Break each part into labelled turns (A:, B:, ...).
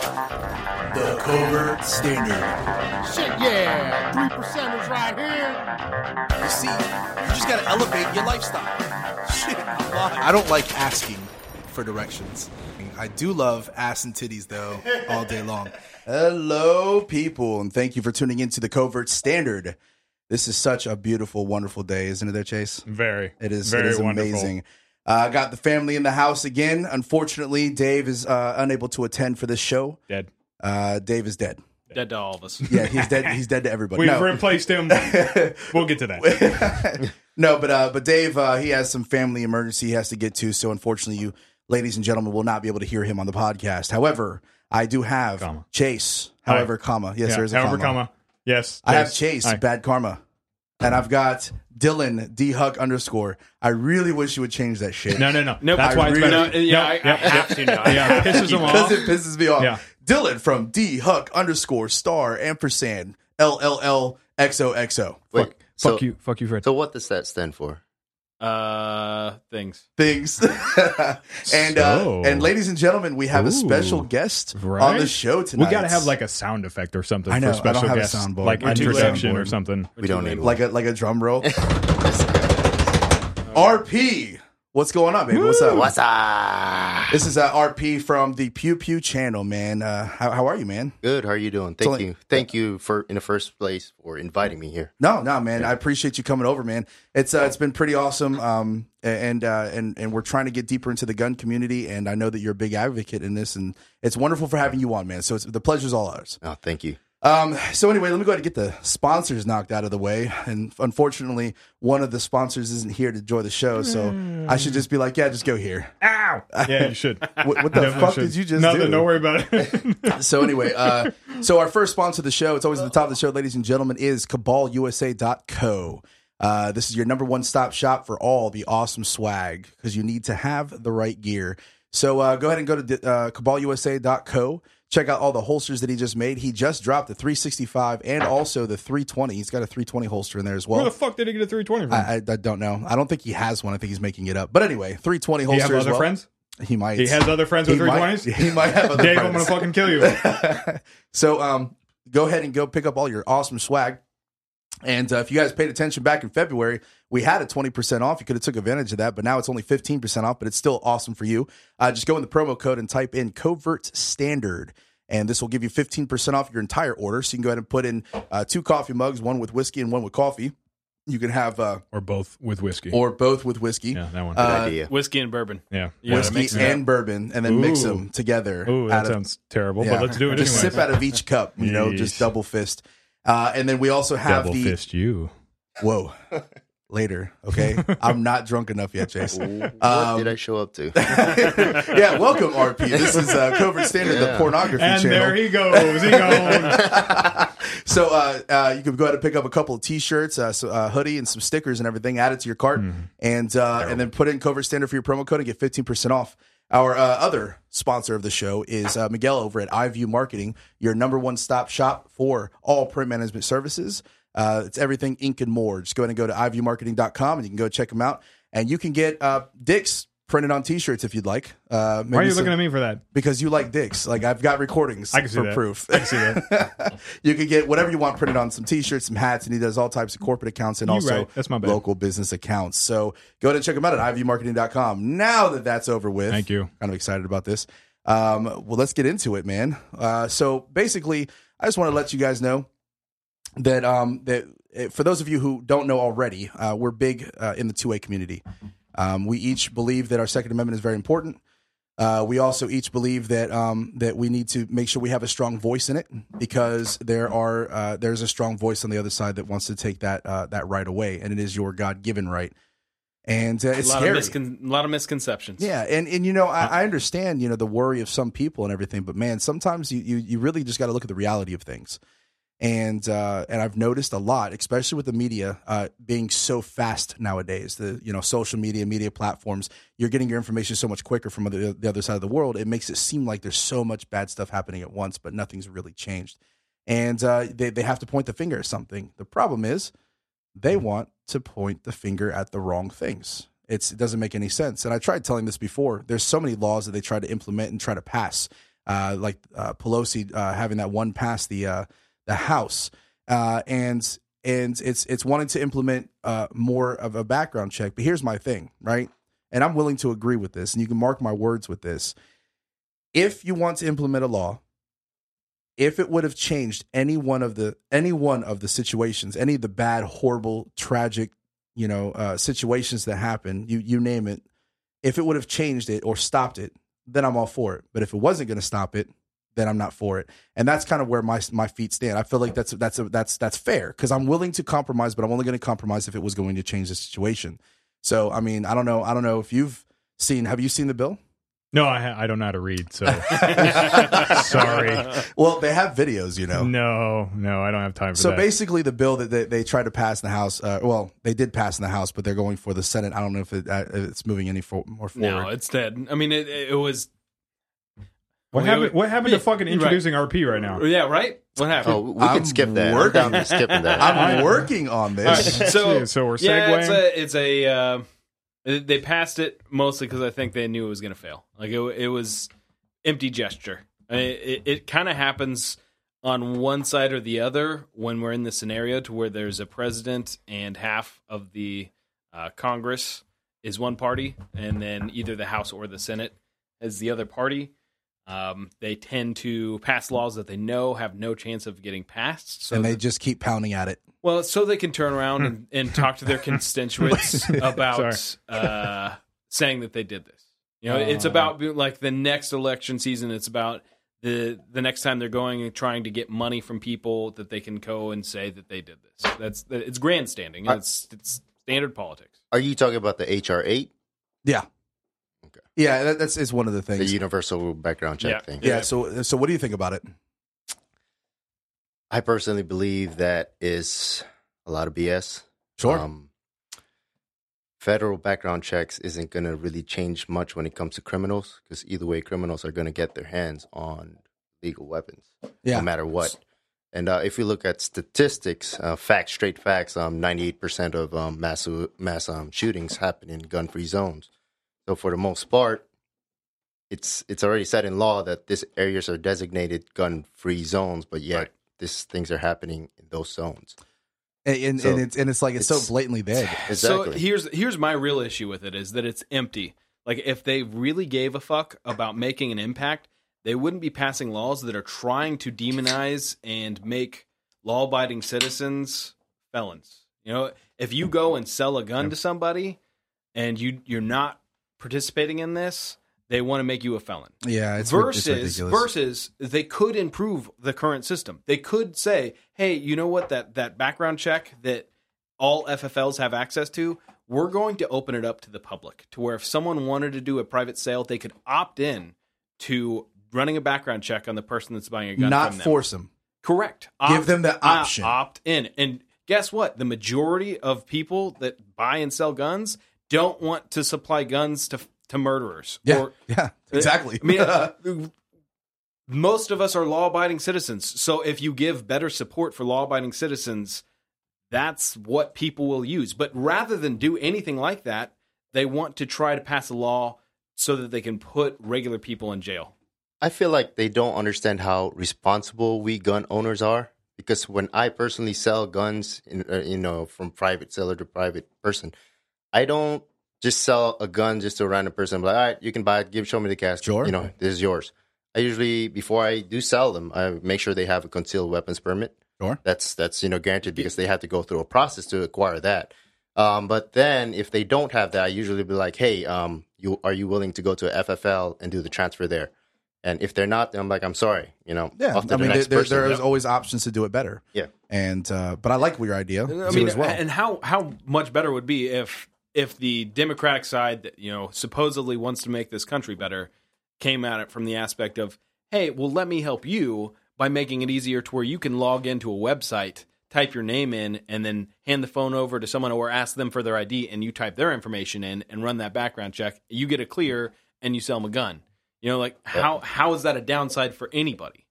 A: The Covert Stinger.
B: Shit, yeah. Three percenters right here.
A: You see, you just gotta elevate your lifestyle. Shit, I'm lying. I don't like asking for directions. I do love ass and titties though, all day long. Hello, people, and thank you for tuning into the Covert Standard. This is such a beautiful, wonderful day, isn't it? There, Chase.
C: Very.
A: It is.
C: very
A: it is
C: wonderful.
A: amazing. Uh, got the family in the house again. Unfortunately, Dave is uh, unable to attend for this show.
C: Dead.
A: Uh, Dave is dead.
D: Dead to all of us.
A: Yeah, he's dead. He's dead to everybody.
C: We've
A: No.
C: replaced him. we'll get to that.
A: no, but uh, but Dave, uh, he has some family emergency he has to get to, so unfortunately, you ladies and gentlemen will not be able to hear him on the podcast. However, I do have
C: Comma.
A: Chase. However, comma. Yes,
C: Yeah,
A: there is a
C: However,
A: comma.
C: comma. Yes.
A: I have
C: yes.
A: Chase,
C: Aye.
A: bad karma, and I've got Dylan D Huck underscore. I really wish you would change that shit.
C: No, no, no.
D: Nope.
C: That's why
A: I
C: it's
A: really-
D: No,
C: better.
D: yeah, I, I
C: Yep,
D: have to now. I
C: Yeah,
D: have to
C: pisses
D: keep
C: him
D: it.
C: off.
A: because it pisses me off.
C: Yeah.
A: Dylan from D Huck underscore star ampersand L L L X O X O.
E: Wait, so,
C: Fuck you. Fuck you, Fred.
E: So what does that stand for?
D: Uh, things.
A: things. and
C: So-
A: uh, and ladies and gentlemen, we have a special
C: Ooh,
A: guest on
C: right?
A: the show tonight.
C: we got to have like a sound effect or something
A: I know, I
C: for
A: don't
C: special
A: have a
C: guests,
A: soundboard.
C: like
A: I do have a
C: introduction
A: soundboard.
C: or something.
E: We don't need one.
A: like a like a drum roll. RP, what's going on, baby? What's up?
E: What's up?
A: This is uh, RP from the Pew Pew channel, man. Uh, how, how are you, man?
E: Good. How are you doing? Thank
A: only-
E: you. Thank you for in the first place for inviting me here.
A: No, no, man. I appreciate you coming over, man. It's uh, it's been pretty awesome. Um, and uh, and and we're trying to get deeper into the gun community, and I know that you're a big advocate in this, and it's wonderful for having you on, man. So it's, the pleasure's all ours.
E: Oh, thank you.
A: Um, so anyway, let me go ahead and get the sponsors knocked out of the way. And unfortunately, one of the sponsors isn't here to join the show, so I should just be like, yeah, just go here.
C: Ow! Yeah, you should.
A: What, what the
C: Definitely
A: fuck
C: should.
A: did you just
C: Nothing.
A: do?
C: Don't worry about it.
A: So anyway, uh, so our first sponsor of the show, it's always at the top of the show, ladies and gentlemen, is cabalusa.co. Uh, this is your number one stop shop for all the awesome swag because you need to have the right gear. So uh, go ahead and go to uh, cabalusa.co. Check out all the holsters that he just made. He just dropped the 365 and also the 320. He's got a 320 holster in there as well.
C: Where the fuck did he get a 320 from?
A: I, I, I don't know. I don't think he has one. I think he's making it up. But anyway, 320
C: Do you
A: holster
C: have
A: as
C: other
A: well.
C: friends?
A: He might.
C: He has other friends with
A: He might,
C: 320s?
A: he might have other
C: Dave, I'm
A: friends.
C: going to fucking kill you.
A: so um, go ahead and go pick up all your awesome swag. And uh, if you guys paid attention back in February, we had a 20% off. You could have took advantage of that, but now it's only 15% off, but it's still awesome for you. Uh, just go in the promo code and type in covert standard. And this will give you 15% off your entire order. So you can go ahead and put in uh, two coffee mugs, one with whiskey and one with coffee. You can have, uh,
C: Or both with whiskey.
A: or both with whiskey,
C: yeah, that one.
E: Good
A: Uh,
E: idea.
D: Whiskey and bourbon.
C: yeah.
D: yeah,
C: yeah.
D: that
A: whiskey
D: makes sense.
A: and bourbon, and then mix
C: Ooh.
A: them together.
C: Ooh,
A: out
C: that
A: of-
C: sounds terrible,
A: Yeah.
C: but let's do it
A: just
C: anyway.
A: sip out of each cup, you know, just
C: Yeesh.
A: double fist. Uh, and then we also have
C: Double
A: the
C: fist you.
A: whoa later. Okay, I'm not drunk enough yet, Chase.
E: what
A: Um,
E: did I show up to?
A: yeah, welcome RP. This is uh, Covert Standard, the
E: Yeah.
A: pornography
C: And
A: channel.
C: there he goes. He goes.
A: so uh, uh, you can go ahead and pick up a couple of t-shirts, uh, so, uh, hoodie, and some stickers and everything. Add it to your cart,
C: Mm-hmm.
A: and uh, and then put in covert standard for your promo code and get fifteen percent off. Our uh, other sponsor of the show is uh, Miguel over at iView Marketing, your number one stop shop for all print management services. Uh, it's everything ink and more. Just go ahead and go to iviewmarketing.com and you can go check them out. And you can get uh, dicks printed on t-shirts if you'd like. Uh,
C: Why are you looking at me for that?
A: because you like dicks. Like I've got recordings
C: I can see
A: for
C: that.
A: proof.
C: I can see that.
A: you can get whatever you want printed on some t-shirts, some hats, and he does all types of corporate accounts and
C: You
A: also
C: right. That's my bad.
A: local business accounts. So go ahead and check him out at ivymarketing.com. Now that that's over with,
C: Thank you.
A: Kind of excited about this. Um, well, let's get into it, man. Uh, so basically, I just want to let you guys know that um, that eh, for those of you who don't know already, uh, we're big uh, in the two way community. Um, we each believe that our Second Amendment is very important. Uh, we also each believe that um, that we need to make sure we have a strong voice in it because there are uh, there's a strong voice on the other side that wants to take that uh, that right away, and it is your God given right. And uh,
D: A
A: it's
D: lot,
A: scary.
D: Of miscon- a lot of misconceptions.
A: Yeah, and and you know I, I understand you know the worry of some people and everything, but man, sometimes you you, you really just got to look at the reality of things. And uh, and I've noticed a lot, especially with the media uh, being so fast nowadays. The you know social media, media platforms, you're getting your information so much quicker from the, the other side of the world. It makes it seem like there's so much bad stuff happening at once, but nothing's really changed. And uh, they they have to point the finger at something. The problem is they want to point the finger at the wrong things. It's, it doesn't make any sense. And I tried telling this before. There's so many laws that they try to implement and try to pass. uh, like uh, Pelosi uh, having that one pass the uh, the House, uh, and and it's it's wanting to implement uh, more of a background check. But here's my thing, right? And I'm willing to agree with this, and you can mark my words with this. If you want to implement a law, if it would have changed any one of the any one of the situations, any of the bad, horrible, tragic, you know, uh, situations that happen, you you name it, if it would have changed it or stopped it, then I'm all for it. But if it wasn't going to stop it, then I'm not for it. And that's kind of where my my feet stand. I feel like that's that's that's that's fair because I'm willing to compromise, but I'm only going to compromise if it was going to change the situation. So I mean, I don't know. I don't know if you've seen. Have you seen the bill?
C: No, I, ha- I don't know how to read, so sorry.
A: Well, they have videos, you know.
C: No, no, I don't have time for
A: So
C: that.
A: basically, the bill that they, they tried to pass in the House, uh, well, they did pass in the House, but they're going for the Senate. I don't know if, it, uh, if it's moving any for, more forward.
D: No, it's dead. I mean, it, it was.
C: what
D: Wait,
C: happened?
D: wait.
C: What happened
D: Yeah,
C: to fucking
D: right.
C: introducing RP right now?
D: Yeah, right. What happened?
E: Oh, we can
A: I'm
E: skip that. We're
A: working.
E: down to skipping that.
A: I'm working on
D: All right,
A: this.
D: so
C: Gee, so we're
D: yeah, it's
C: segueing?
D: a, it's a uh, they passed it mostly because I think they knew it was going to fail. Like it, it was empty gesture. I- It, it kind of happens on one side or the other when we're in the scenario to where there's a president and half of the uh, Congress is one party, and then either the House or the Senate is the other party. Um, they tend to pass laws that they know have no chance of getting passed. So
A: and
D: the-
A: they just keep pounding at it.
D: well, so they can turn around and, and talk to their constituents about
C: Hmm. Sorry.
D: uh, saying that they did this. You know, it's
C: Uh.
D: about being- like the next election season. It's about the the next time they're going and trying to get money from people that they can go and say that they did this. That's it's grandstanding.
E: I-
D: It's it's standard politics.
E: Are you talking about the HR eight,
A: Yeah.
E: Okay.
A: Yeah, that, that's it's one of the
E: the
A: things.
E: universal background check
D: Yeah.
E: thing?
A: yeah, so so what do you think about it?
E: I personally believe that is a lot of BS. Um, federal background checks isn't going to really change much when it comes to criminals because either way, criminals are going to get their hands on legal weapons,
A: Yeah.
E: no matter what. And uh, if you look at statistics, uh, facts, straight facts, um, 98% of um, mass mass um, shootings happen in gun-free zones. So for the most part, it's it's already set in law that these areas are designated gun-free zones, but yet these things are happening in those zones.
A: and and,
E: So
A: and it's and it's like it's,
E: it's-
A: so blatantly dead.
E: Exactly.
D: So here's here's my real issue with it is that it's empty. Like if they really gave a fuck about making an impact, they wouldn't be passing laws that are trying to demonize and make law-abiding citizens felons. You know, if you go and sell a gun to somebody and you you're not participating in this, they want to make you a felon
A: Yeah, it's, rid- it's
D: versus
A: ridiculous.
D: versus they could improve the current system. They could say, "Hey, you know what? That that background check that all FFLs have access to, we're going to open it up to the public to where if someone wanted to do a private sale, they could opt in to running a background check on the person that's buying a gun.
A: Not
D: from them.
A: force them.
D: correct.
A: Give them the
D: uh,
A: option.
D: opt in, and guess what? The majority of people that buy and sell guns don't want to supply guns to to murderers
A: Yeah,
D: or
A: yeah, exactly.
D: I mean, uh, most of us are law abiding citizens. So if you give better support for law abiding citizens, that's what people will use. But rather than do anything like that, they want to try to pass a law so that they can put regular people in jail.
E: I feel like they don't understand how responsible we gun owners are because when I personally sell guns, in, uh, you know, from private seller to private person, I don't just sell a gun just to a random person. I'm like, all right, you can buy it. Give, show me the cash.
A: Sure.
E: You know, this is yours. I usually, before I do sell them, I make sure they have a concealed weapons permit.
A: Sure.
E: That's that's you know guaranteed because they have to go through a process to acquire that. Um, but then if they don't have that, I usually be like, hey, um, you are you willing to go to FFL and do the transfer there? And if they're not, then I'm like, I'm sorry, you know.
A: yeah,
E: off to
A: I
E: the
A: mean, there,
E: next
A: there,
E: person.
A: there is always options to do it better.
E: Yeah.
A: and uh, but I like your idea too
D: I mean,
A: as well.
D: and how how much better it would be if if the Democratic side that you know supposedly wants to make this country better came at it from the aspect of, hey, well, let me help you by making it easier to where you can log into a website, type your name in, and then hand the phone over to someone or ask them for their ID, and you type their information in and run that background check. You get a clear, and you sell them a gun. You know, like how how is that a downside for anybody?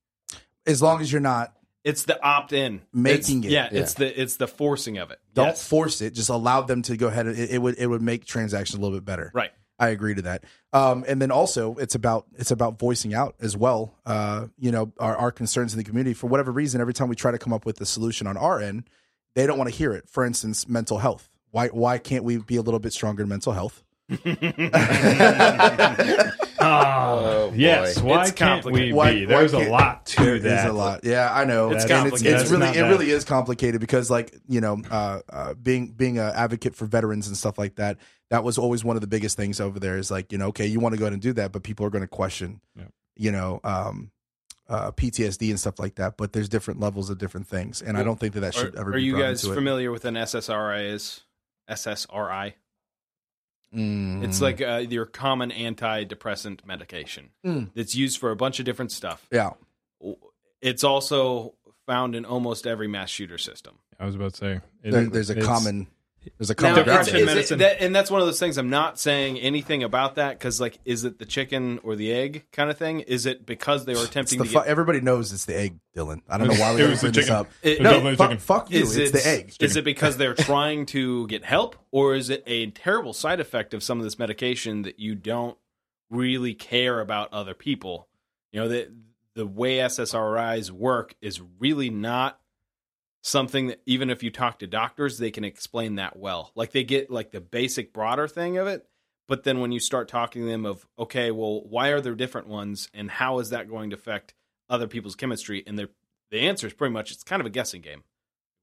A: as long as you're not,
D: It's the opt in
A: Making it.
D: Yeah, it's the it's the forcing of it.
A: don't
D: Yes.
A: force it. Just allow them to go ahead. and- It, it would it would make transactions a little bit better.
D: Right.
A: I agree to that. Um, and then also, it's about it's about voicing out as well. Uh, you know, our, our concerns in the community for whatever reason. Every time we try to come up with a solution on our end, they don't want to hear it. For instance, mental health. Why why can't we be a little bit stronger in mental health?
E: Oh, boy.
C: yes. Why
D: It's
C: can't we
D: complicated.
A: Why- why
C: be? There's a
A: can't-
C: lot to
A: There is
C: that.
A: a lot. Yeah, I know.
D: It's
A: And It's,
D: complicated.
A: it's really
C: It's
A: it
C: not
A: really is complicated because like you know, uh, uh, being being an advocate for veterans and stuff like that. That was always one of the biggest things over there. Is like you know, okay, you want to go ahead and do that, but people are going to question,
C: Yeah.
A: you know, um, uh, PTSD and stuff like that. But there's different levels of different things, and I don't think that that should
D: Are,
A: ever.
D: are
A: be
D: you
A: brought
D: guys
A: into it.
D: familiar with an SSRI? Is SSRI?
A: Mm.
D: It's like uh, your common antidepressant medication
A: Mm.
D: that's used for a bunch of different stuff.
A: yeah,
D: It's also found in almost every mass shooter system.
C: I was about to say it-
A: there, there's a
C: it's-
A: common. There's a
D: Now,
A: common.
D: it's-
A: ground.
C: depression
D: is it-
C: medicine.
D: that- and that's one of those things. I'm not saying anything about that because, like, is it the chicken or the egg kind of thing? Is it because they were
A: It's
D: attempting
A: the
D: to
A: fu-
D: get?
A: everybody knows it's the egg, Dylan. I don't know why we
C: It
A: gotta
C: was the
A: bring this
C: chicken.
A: up.
D: It-
C: It was
D: no,
C: definitely
A: fuck,
C: chicken.
A: fuck you.
D: is
A: it's the egg.
D: Is it because they're trying to get help, or is it a terrible side effect of some of this medication that you don't really care about other people? You know, the the way SSRIs work is really not something that even if you talk to doctors, they can explain that well. Like they get like the basic broader thing of it, but then when you start talking to them of okay, well, why are there different ones, and how is that going to affect other people's chemistry? And the the answer is pretty much it's kind of a guessing game.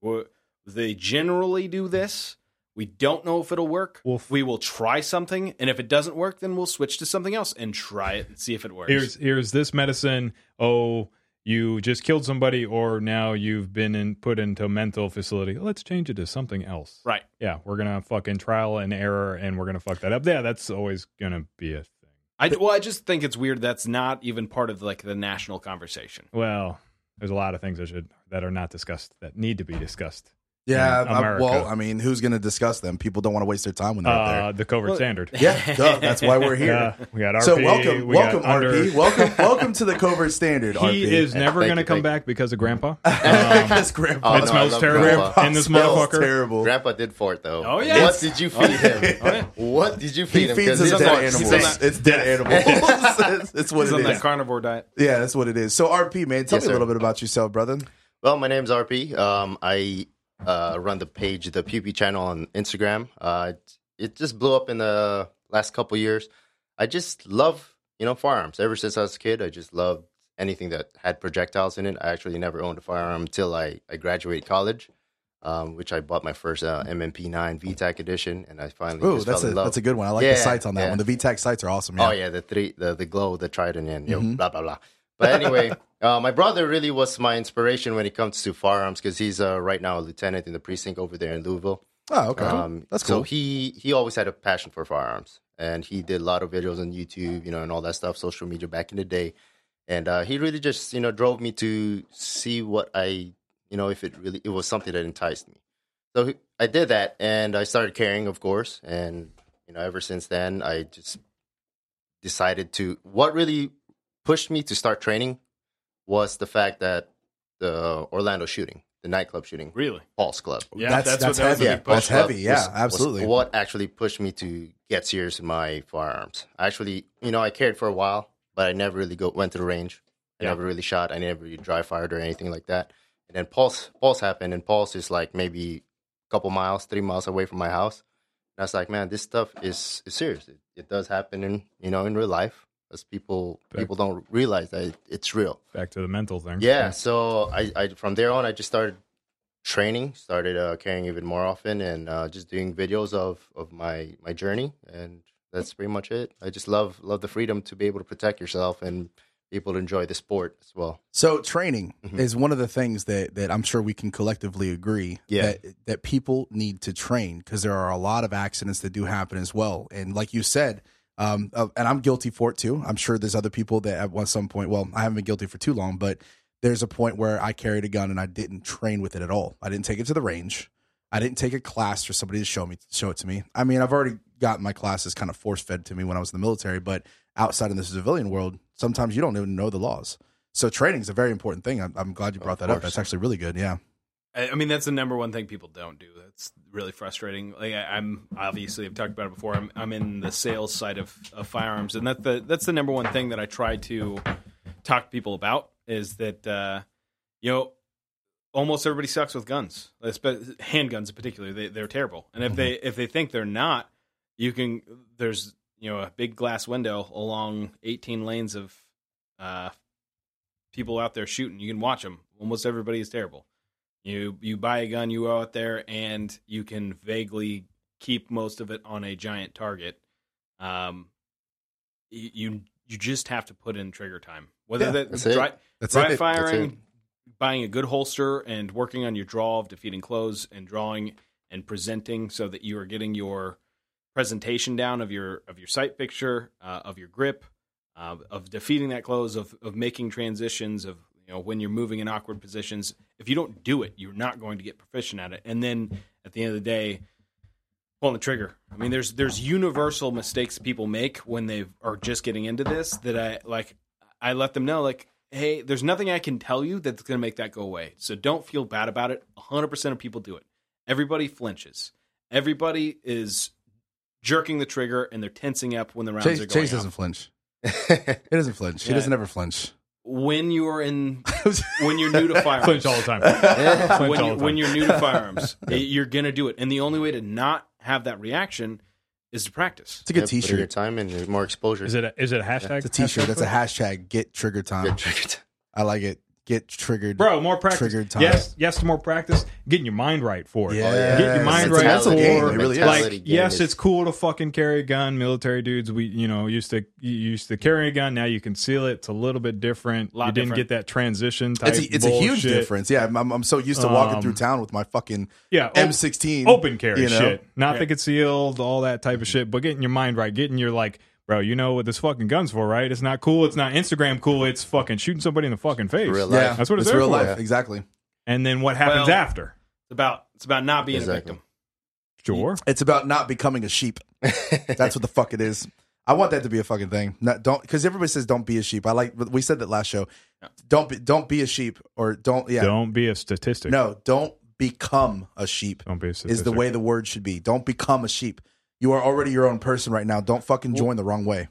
D: we they generally do this. We don't know if it'll work.
C: Wolf.
D: We will try something, and if it doesn't work, then we'll switch to something else and try it and see if it works.
C: Here's here's this medicine. Oh, you just killed somebody, or now you've been in, put into a mental facility. Let's change it to something else.
D: right.
C: Yeah, we're gonna fucking trial and error, and we're gonna fuck that up. Yeah, that's always gonna be a thing.
D: I well, I just think it's weird that's not even part of like the national conversation.
C: Well, there's a lot of things that should that are not discussed that need to be discussed.
A: Yeah,
C: in
A: I-
C: America.
A: well, I mean, who's going to discuss them? People don't want to waste their time when they're
C: Uh, the covert
D: Well,
C: standard.
A: there. Yeah, duh, that's why we're here.
C: Yeah, we got RP.
A: so welcome,
C: we got
A: welcome,
C: under-
A: RP, welcome, welcome to the covert standard. RP.
C: He is um, never
E: Thank
C: going to
E: you,
C: come
E: thank
C: back because of Grandpa.
A: because grandpa.
E: Oh,
C: it
E: no, I
C: smells
E: love
C: terrible.
E: Grandpa.
C: in this
A: smells
C: motherfucker.
A: terrible.
E: Grandpa did for it though.
D: Oh, yeah. Oh,
E: What did you feed him? What did you
A: he
E: feed him?
A: feeds
E: 'Cause
A: us
E: he's
A: dead
E: on-
A: animals.
E: he's on that-
A: It's dead animals. it's, it's what
D: He's
A: it
D: on
A: is.
D: that carnivore diet.
A: Yeah, that's what it is. So RP, man, tell
E: Yes,
A: me a
E: sir.
A: little bit about yourself, brother.
E: Well, my name's RP. Um, I uh, run the page, the PewPew channel on Instagram. Uh, it, it just blew up in the last couple years. I just love, you know, firearms. Ever since I was a kid, I just loved anything that had projectiles in it. I actually never owned a firearm until I, I graduated college, um, which I bought my first uh, MMP9 VTAC edition, and I finally
A: Ooh,
E: just
A: that's
E: fell
A: a
E: in love.
A: that's a good one. I like
E: Yeah,
A: the sights on that
E: yeah.
A: one. The VTAC sights are awesome.
E: Oh yeah, the three, the the glow, the trident, and you know,
A: Mhm.
E: blah blah blah. But anyway, uh, my brother really was my inspiration when it comes to firearms because he's uh, right now a lieutenant in the precinct over there in Louisville.
A: Oh, okay.
E: Um,
A: that's
E: So
A: cool.
E: he he always had a passion for firearms, and he did a lot of videos on YouTube, you know, and all that stuff, social media back in the day. And uh, he really just you know drove me to see what I you know if it really it was something that enticed me. So he- I did that, and I started carrying, of course, and you know ever since then I just decided to. What really pushed me to start training was the fact that the Orlando shooting, the nightclub shooting,
D: Really?
E: Paul's Club
D: Yeah,
A: that's that's heavy.
E: yeah,
A: That's
E: Punch Club
A: heavy. Yeah,
E: was- was
A: absolutely.
E: what actually pushed me to get serious in my firearms. I actually, you know, I carried for a while, but I never really go went to the range. I
D: Yeah.
E: never really shot. I never really dry fired or anything like that. And then Pulse Pulse happened, and Pulse is like maybe a couple miles, three miles away from my house. And I was like, man, this stuff is, is serious. It, it does happen in you know in real life. As people
C: Fact.
E: people don't realize that it, it's real.
C: Back to the mental thing.
E: Yeah, so I, I from there on, I just started training, started uh, carrying even more often, and uh, just doing videos of of my my journey, and that's pretty much it. I just love love the freedom to be able to protect yourself and be able to enjoy the sport as well.
A: So training
E: Mhm.
A: is one of the things that that I'm sure we can collectively agree
E: Yeah.
A: that that people need to train because there are a lot of accidents that do happen as well. And like you said, um, uh, and I'm guilty for it too. I'm sure there's other people that at one- some point, well, I haven't been guilty for too long, but there's a point where I carried a gun and I didn't train with it at all. I didn't take it to the range. I didn't take a class for somebody to show me show it to me. I mean, I've already gotten my classes kind of force fed to me when I was in the military, but outside of the civilian world, sometimes you don't even know the laws. So training is a very important thing. I'm, I'm glad you brought
E: Of
A: that up.
E: course.
A: That's actually really good. Yeah.
D: I, I mean, that's the number one thing people don't do. That's really frustrating. Like I, I'm obviously I've talked about it before. I'm I'm in the sales side of, of firearms, and that's the that's the number one thing that I try to talk to people about is that uh, you know almost everybody sucks with guns, espe- handguns in particular. They they're terrible, and if they
E: Mm-hmm.
D: if they think they're not, you can there's you know a big glass window along 18 lanes of uh, people out there shooting. You can watch them. Almost everybody is terrible. You you buy a gun, you go out there, and you can vaguely keep most of it on a giant target. Um, you you, you just have to put in trigger time. Whether
A: Yeah,
D: that
E: that's it.
D: dry,
A: That's
D: dry
A: it.
D: firing, buying a good holster, and working on your draw of defeating clothes and drawing and presenting, so that you are getting your presentation down of your of your sight picture, uh, of your grip, uh, of defeating that close, of of making transitions, of you know when you're moving in awkward positions. If you don't do it, you're not going to get proficient at it. And then at the end of the day, pulling the trigger. I mean, there's there's universal mistakes people make when they are just getting into this that I like. I let them know like. Hey, there's nothing I can tell you that's going to make that go away. So don't feel bad about it. 100% of people do it. Everybody flinches. Everybody is jerking the trigger and they're tensing up when the rounds
A: Chase,
D: are going.
A: Chase
D: off.
A: doesn't flinch. He doesn't flinch. He
D: Yeah.
A: doesn't ever flinch.
D: when you are in when you're new to firearms.
C: Flinch all the time. Flinch
D: when,
C: all
D: you,
C: the time.
D: when you're new to firearms, y- you're gonna do it, and the only way to not have that reaction is to practice.
A: It's a good
E: Yeah, Put in your
A: T-shirt.
E: time and there's more exposure.
C: is it a, is it a
A: It's
C: hashtag?
A: a T-shirt. That's a hashtag. Get trigger
E: Good
A: time.
E: trigger time.
A: I like it. Get triggered.
C: Bro, more practice.
A: Triggered time.
C: Yes, yes to more practice. Getting your mind right for it.
A: Yeah. yeah.
C: Get your
A: That's a-
C: mind right
A: that's a game.
C: for
A: It really is.
C: like
E: Mentality game
C: yes,
E: is-
C: it's cool to fucking carry a gun. Military dudes, we you know used to you used to carry a gun. Now you conceal it. It's a little bit different.
D: Lot
C: you didn't
D: different.
C: get that transition type.
A: It's a, it's a huge
C: bullshit.
A: difference. Yeah, I'm, I'm, I'm so used to walking
C: Um,
A: through town with my fucking
C: Yeah, op-
A: M16
C: open carry
A: you know?
C: shit, not
D: Yeah.
C: the concealed, all that type of shit. But getting your mind right, getting your like, bro, you know what this fucking gun's for, right? It's not cool. It's not Instagram cool. It's fucking shooting somebody in the fucking face.
E: Real
A: Yeah,
E: life.
C: That's what it's there
A: real
C: for.
A: life. Exactly.
C: And then what happens
D: Well-
C: after?
D: It's about it's about not being a
E: Exactly.
D: victim.
C: Sure.
A: It's about not becoming a sheep. That's what the fuck it is. I want that to be a fucking thing. Not, don't because everybody says don't be a sheep. I like we said that last show. Don't be don't be a sheep or don't yeah
C: Don't be a statistic.
A: no don't become a sheep
C: Don't be a statistic.
A: is the way the word should be. Don't become a sheep. You are already your own person right now. Don't fucking join the wrong way.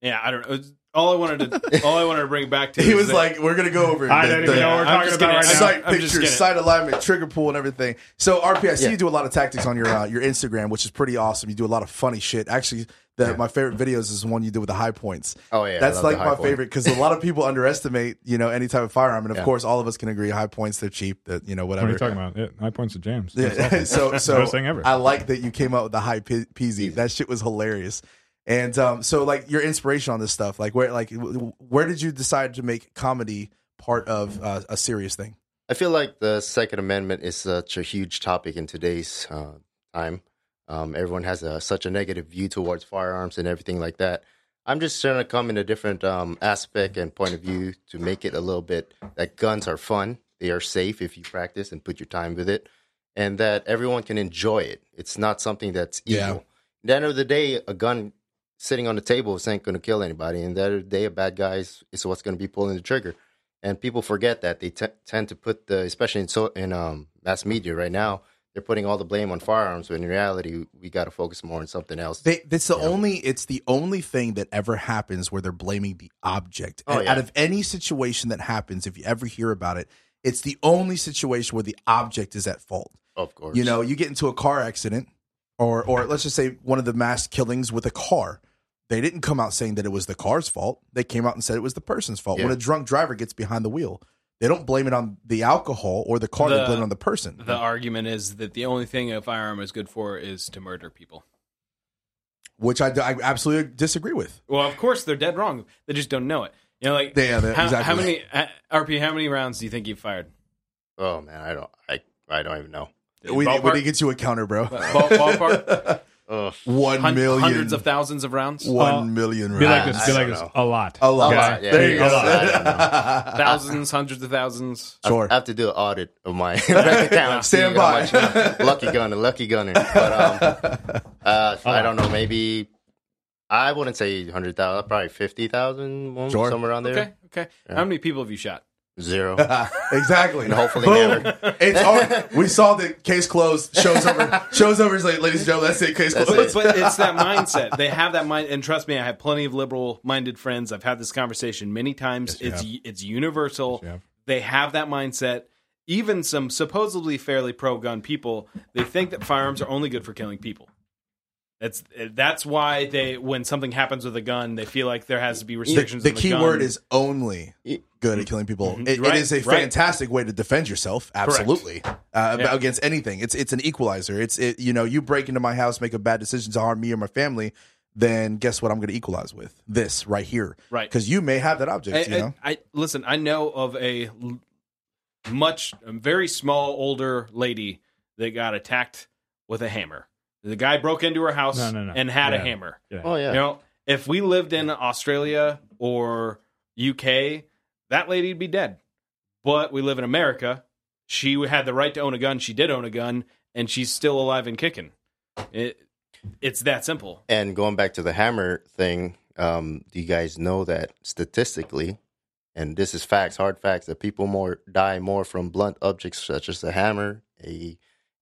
D: Yeah, I don't know. It's- All I wanted to all I wanted to bring back to
A: He
D: is
A: was
D: that-
A: like, "We're gonna go over."
C: I
A: the-
C: don't
A: the-
C: even know what we're
D: I'm
C: talking
D: just
C: about right
D: kidding.
C: now.
D: Sorry.
A: sight
D: I'm just
A: pictures,
D: kidding.
A: sight alignment, trigger pull, and everything. So RP, I see
E: Yeah.
A: you do a lot of tactics on your uh, your Instagram, which is pretty awesome. You do a lot of funny shit. Actually, the, my favorite videos is the one you do with the high points.
E: Oh, yeah, I
A: that's
E: love the
A: like
E: high
A: my
E: point.
A: favorite because a lot of people underestimate you know any type of firearm, and of
E: Yeah.
A: course, all of us can agree high points they're cheap. That you know
C: What are
A: whatever.
C: you talking about? Yeah, high points of jams. That's
A: Yeah.
C: awesome.
A: so so
C: Best thing ever.
A: I like that you came out with the high pe- peasy. That shit was hilarious. And um, so like your inspiration on this stuff, like where like w- w- where did you decide to make comedy part of uh, a serious thing?
E: I feel like the Second Amendment is such a huge topic in today's uh, time. Um, everyone has a, such a negative view towards firearms and everything like that. I'm just trying to come in a different um, aspect and point of view to make it a little bit that guns are fun, they are safe if you practice and put your time with it, and that everyone can enjoy it. It's not something that's evil.
A: Yeah.
E: At the end of the day, a gun sitting on the table isn't going to kill anybody. And the end of the day, a bad guy is, is what's going to be pulling the trigger and people forget that they t- tend to put the especially in so in um, mass media right now they're putting all the blame on firearms when in reality we got to focus more on something else
A: They, it's the only it's the only thing that ever happens where they're blaming the object.
E: Oh,
A: And
E: yeah.
A: Out of any situation that happens, if you ever hear about it, it's the only situation where the object is at fault.
E: of course
A: You know, you get into a car accident, or or let's just say one of the mass killings with a car. They didn't come out saying that it was the car's fault. They came out and said it was the person's fault. When
E: Yeah.
A: a drunk driver gets behind the wheel, they don't blame it on the alcohol or the car. they
D: The-
A: blame it on the person.
D: the argument is that the only thing a firearm is good for is to murder people.
A: which I, I absolutely disagree with.
D: Well, of course they're dead wrong. They just don't know it. You know, like
A: Yeah, that-
D: how, how
A: exactly.
D: many uh, RP? How many rounds do you think you fired?
E: oh man i don't i i don't even know
A: We, need- we
D: Ballpark?
A: need to get you a counter, bro.
D: Ball- ballpark,
E: Ugh.
A: One
D: Hun-
A: million,
D: hundreds of thousands of rounds.
A: one million
C: Uh, Be like
A: rounds.
C: this.
E: I
C: Be like
E: don't
C: this.
E: know.
C: A lot.
A: a lot.
E: Yeah, yeah,
A: there you
E: yeah,
A: go.
E: yeah,
D: thousands, hundreds of thousands.
A: Sure.
E: I have to do an audit of my bank account.
A: Stand
E: see how
A: by.
E: much- lucky gunner, lucky gunner. But um, uh, I don't know. Maybe I wouldn't say hundred thousand. Probably fifty thousand.
A: Sure.
E: Somewhere around there.
D: Okay, okay. How many people have you shot?
E: Zero.
A: exactly.
E: And hopefully
A: Boom.
E: never.
A: It's all, we saw the case closed. Shows over. Shows over. Is like, ladies and gentlemen, that's it. Case
E: That's
A: closed.
E: it.
D: but it's that mindset. They have that mind, and trust me, I have plenty of liberal-minded friends. I've had this conversation many times.
C: Yes, you
D: it's it's universal.
C: Yes, you have.
D: they have that mindset. Even some supposedly fairly pro-gun people, they think that firearms are only good for killing people. That's that's why they when something happens with a gun, they feel like there has to be
A: The,
D: restrictions.
A: the
D: on
A: key
D: gun.
A: word is only
E: Y-
A: good at killing people. It-
D: Right,
A: it is a
D: right.
A: fantastic way to defend yourself. Absolutely, uh,
D: Yeah.
A: against anything. It's it's an equalizer. It's it, you know you break into my house, make a bad decision to harm me or my family. Then guess what? I'm going to equalize with this right here,
D: Right.
A: Because you may have that object.
D: I,
A: you know,
D: I, I listen. I know of a l- much a very small older lady that got attacked with a hammer. The guy broke into her house
C: No, no, no.
D: and had
C: Yeah.
D: a hammer.
C: Yeah.
E: Oh yeah.
D: You know, if we lived in Australia or UK, that lady'd be dead. But we live in America. She had the right to own a gun. She did own a gun, and she's still alive and kicking. It, it's that simple.
E: And going back to the hammer thing, um, do you guys know that statistically, and this is facts, hard facts, that people more die more from blunt objects such as a hammer, a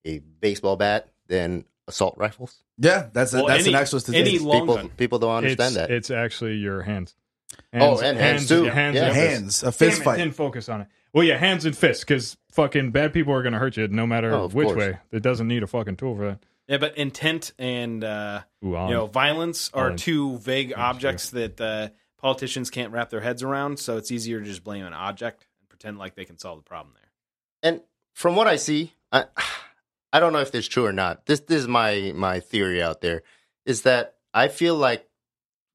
E: a baseball bat, than assault rifles?
A: yeah, that's a,
D: Well,
A: that's
D: any-
A: an actual statistic.
D: any long
E: people
D: gun.
E: people don't understand
C: it's,
E: that.
C: It's actually your hands.
E: Oh, and hands too.
C: yeah,
E: Yeah.
C: and fists.
A: hands, a
C: Damn
A: fist
C: it,
A: fight.
C: Didn't focus on it. Well, yeah, hands and fists, because fucking bad people are gonna hurt you no matter
E: Oh, of
C: which
E: course.
C: way. It doesn't need a fucking tool for that.
D: Yeah, but intent and uh,
C: Ooh,
D: you know
C: on.
D: violence are
C: Um,
D: two vague
C: sure.
D: objects that uh, politicians can't wrap their heads around. So it's easier to just blame an object and pretend like they can solve the problem there.
E: and from what I see, I I don't know if this is true or not. This this is my my theory out there is that I feel like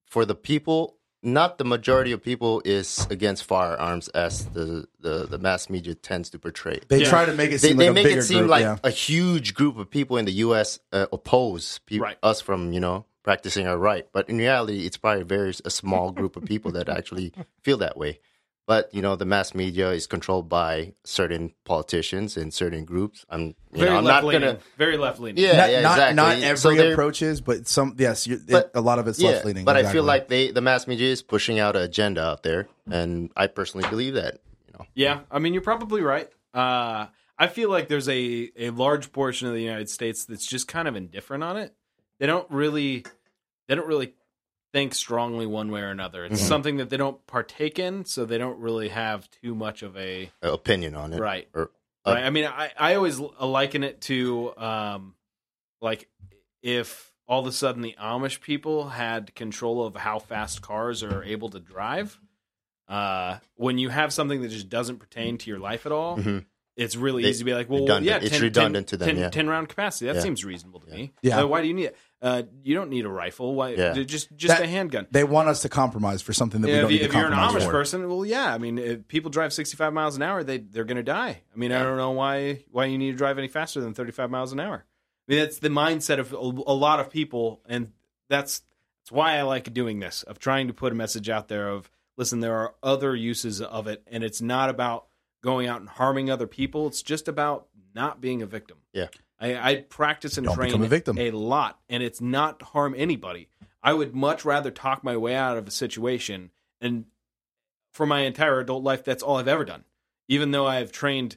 E: for the people, not the majority of people is against firearms as the the, the mass media tends to portray.
A: They
D: Yeah.
A: try to make it
E: They,
A: seem
E: they
A: like a
E: make
A: bigger
E: it seem
A: group.
E: like
A: yeah.
E: a huge group of people in the U.S. Uh, oppose pe-
D: Right.
E: us from you know practicing our right, but in reality, it's probably very s- a small group of people that actually feel that way. But you know, the mass media is controlled by certain politicians and certain groups. I'm, you
D: Very
E: know, I'm not
D: left
E: gonna.
D: leaning. Very left leaning.
E: Yeah,
A: not,
E: yeah,
A: not,
E: exactly.
A: not every
E: So they're-
A: approach is, but some yes, you,
E: But-
A: it, a lot of it's
E: yeah,
A: left leaning.
E: but I feel like they the mass media is pushing out an agenda out there, and I personally believe that. You know,
D: Yeah, I mean you're probably right. Uh, I feel like there's a a large portion of the United States that's just kind of indifferent on it. They don't really they don't really think strongly one way or another. It's
C: Mm-hmm.
E: Mhm.
D: something that they don't partake in, so they don't really have too much of a
E: uh, opinion on it,
D: right.
E: Or Uh,
D: Right. I mean, I, I always l- uh, liken it to um, like if all of a sudden the Amish people had control of how fast cars are able to drive. Uh, when you have something that just doesn't pertain to your life at all,
E: Mhm.
D: it's really
E: They-
D: easy to be like, well,
E: redundant.
D: yeah,
E: It's redundant to them,
D: 10
E: yeah.
D: 10 round capacity. That
E: Yeah.
D: seems reasonable to me.
A: Yeah.
D: Uh, why do you need it? Uh, you don't need a rifle. Why?
E: Yeah.
D: Just just
A: That-
D: a handgun.
A: they want us to compromise for something that we
D: Yeah,
A: don't
D: if,
A: need
D: you,
A: to
D: if you're an
A: compromise
D: Amish
A: for.
D: person, well, yeah. I mean, if people drive 65 miles an hour, they they're going to die. I mean, I don't know why why you need to drive any faster than 35 miles an hour. I mean, that's the mindset of a, a lot of people, and that's that's why I like doing this of trying to put a message out there of listen, there are other uses of it, and it's not about going out and harming other people. It's just about not being a victim.
E: Yeah.
D: I, I practice and
A: Don't
D: train
A: become a victim.
D: a lot, and it's not to harm anybody. I would much rather talk my way out of a situation, and for my entire adult life, that's all I've ever done. Even though I have trained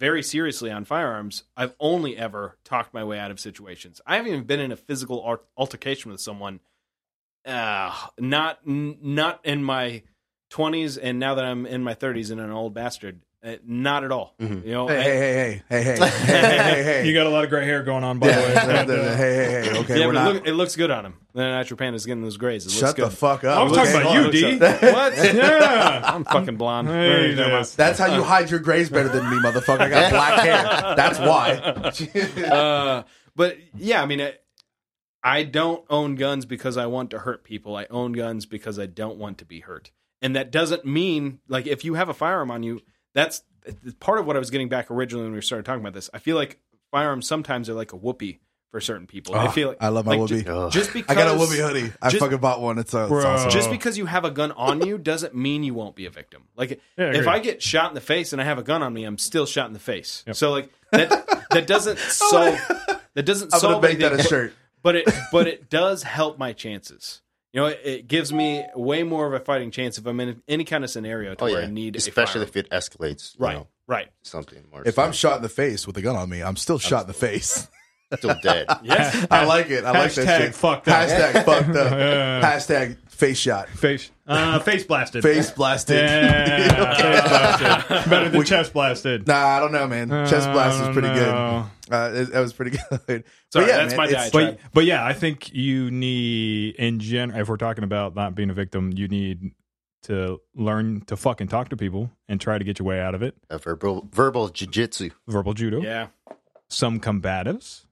D: very seriously on firearms, I've only ever talked my way out of situations. I haven't even been in a physical art- altercation with someone. Uh, not n- not in my twenties, and now that I'm in my thirties and an old bastard, uh, not at all. You know,
A: Hey, hey,
D: I-
A: hey, hey, hey, hey, hey, hey, hey.
C: You got a lot of gray hair going on, by the way.
A: hey,
C: And, uh,
A: hey, hey, okay,
D: yeah,
A: we're
D: but
A: not.
D: look, it looks good on him. The nitropan is getting those grays. It looks
A: shut
D: good.
A: the fuck up.
C: I'm
A: okay?
C: talking about you,
D: Looks
C: D.
D: up.
C: What? Yeah.
D: I'm fucking blonde.
C: Hey,
D: Never mind.
C: this.
A: That's how you hide your grays better than me, motherfucker. I got black hair. That's why.
D: Uh, but yeah, I mean, I, I don't own guns because I want to hurt people. I own guns because I don't want to be hurt. And that doesn't mean like if you have a firearm on you, that's it's part of what I was getting back originally when we started talking about this. I feel like firearms sometimes are like a whoopee for certain people. I
A: Oh,
D: feel like
A: I love my
D: like, ju-
A: whoopee.
E: Ugh.
D: Just because
A: I got a Whoopi hoodie. I
D: just-
A: fucking bought one. It's, uh, it's
C: Bro.
A: awesome.
D: just
C: Oh.
D: because you have a gun on you doesn't mean you won't be a victim. Like
C: Yeah, I
D: if
C: agree.
D: I get shot in the face and I have a gun on me, I'm still shot in the face. So like that that doesn't solve that doesn't
A: I'm gonna
D: solve
A: make that
D: anything,
A: a shirt.
D: But it but it does help my chances. You know, it, it gives me way more of a fighting chance if I'm in any kind of scenario to
E: Oh
D: where
E: yeah,
D: I need, a
E: especially
D: firearm.
E: if it escalates. You
D: right,
E: know,
D: right.
E: something more.
A: If I'm shot in the face with a gun on me, I'm still shot in the face.
E: still dead,
D: Yes,
A: I like it. I like
C: Hashtag
A: that shit.
C: fucked up.
A: Hashtag fucked up.
C: Yeah.
A: Hashtag face shot.
C: Face, uh, face blasted.
A: Face blasted.
C: Yeah, face blasted. Better than chest blasted. Oh,
A: Nah, I don't know, man. Chest blast is pretty
C: no.
A: good. Uh, it, that was pretty good.
D: Sorry, that's my
A: it's-
D: diet.
C: But but yeah, I think you need in general. If we're talking about not being a victim, you need to learn to fucking talk to people and try to get your way out of it.
E: a verbal verbal jujitsu,
C: Verbal judo,
D: yeah.
C: some combatives.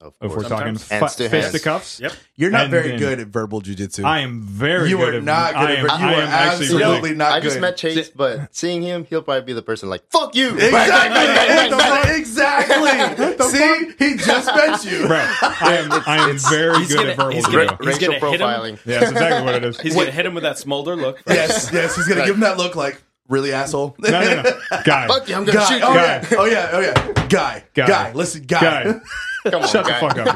E: of
C: If we're
E: course.
C: talking
D: Sometimes.
C: fi-
E: Hands to hands.
C: fisticuffs,
D: Yep.
A: You're not
C: And
A: very
C: then-
A: good at verbal jujitsu.
C: I am very.
A: You
C: good
A: are
C: at-
A: not good
C: I
A: at
C: am,
A: ver- you
C: I
A: are
C: am actually really-
A: absolutely not
E: I just
A: good.
E: met Chase, but seeing him, he'll probably be the person like "fuck you."
A: Exactly. exactly. See, he just met you.
C: Bro, I am. I am very
D: he's
C: good
D: gonna-
C: at verbal
D: he's
C: judo.
D: gonna-
E: Ra- racial
D: hit him.
E: profiling.
C: yeah, that's exactly what it is.
D: He's gonna hit him with that smolder look.
A: Yes, yes. He's gonna give him that look, like really asshole.
C: No, no, no, guy.
E: Fuck you! I'm gonna
A: Guy.
E: shoot
A: Oh
E: you.
A: yeah. Oh yeah. Oh yeah. Guy.
C: Guy.
A: Guy. Listen,
C: Guy,
E: Come on,
C: shut
E: guy.
C: the fuck up,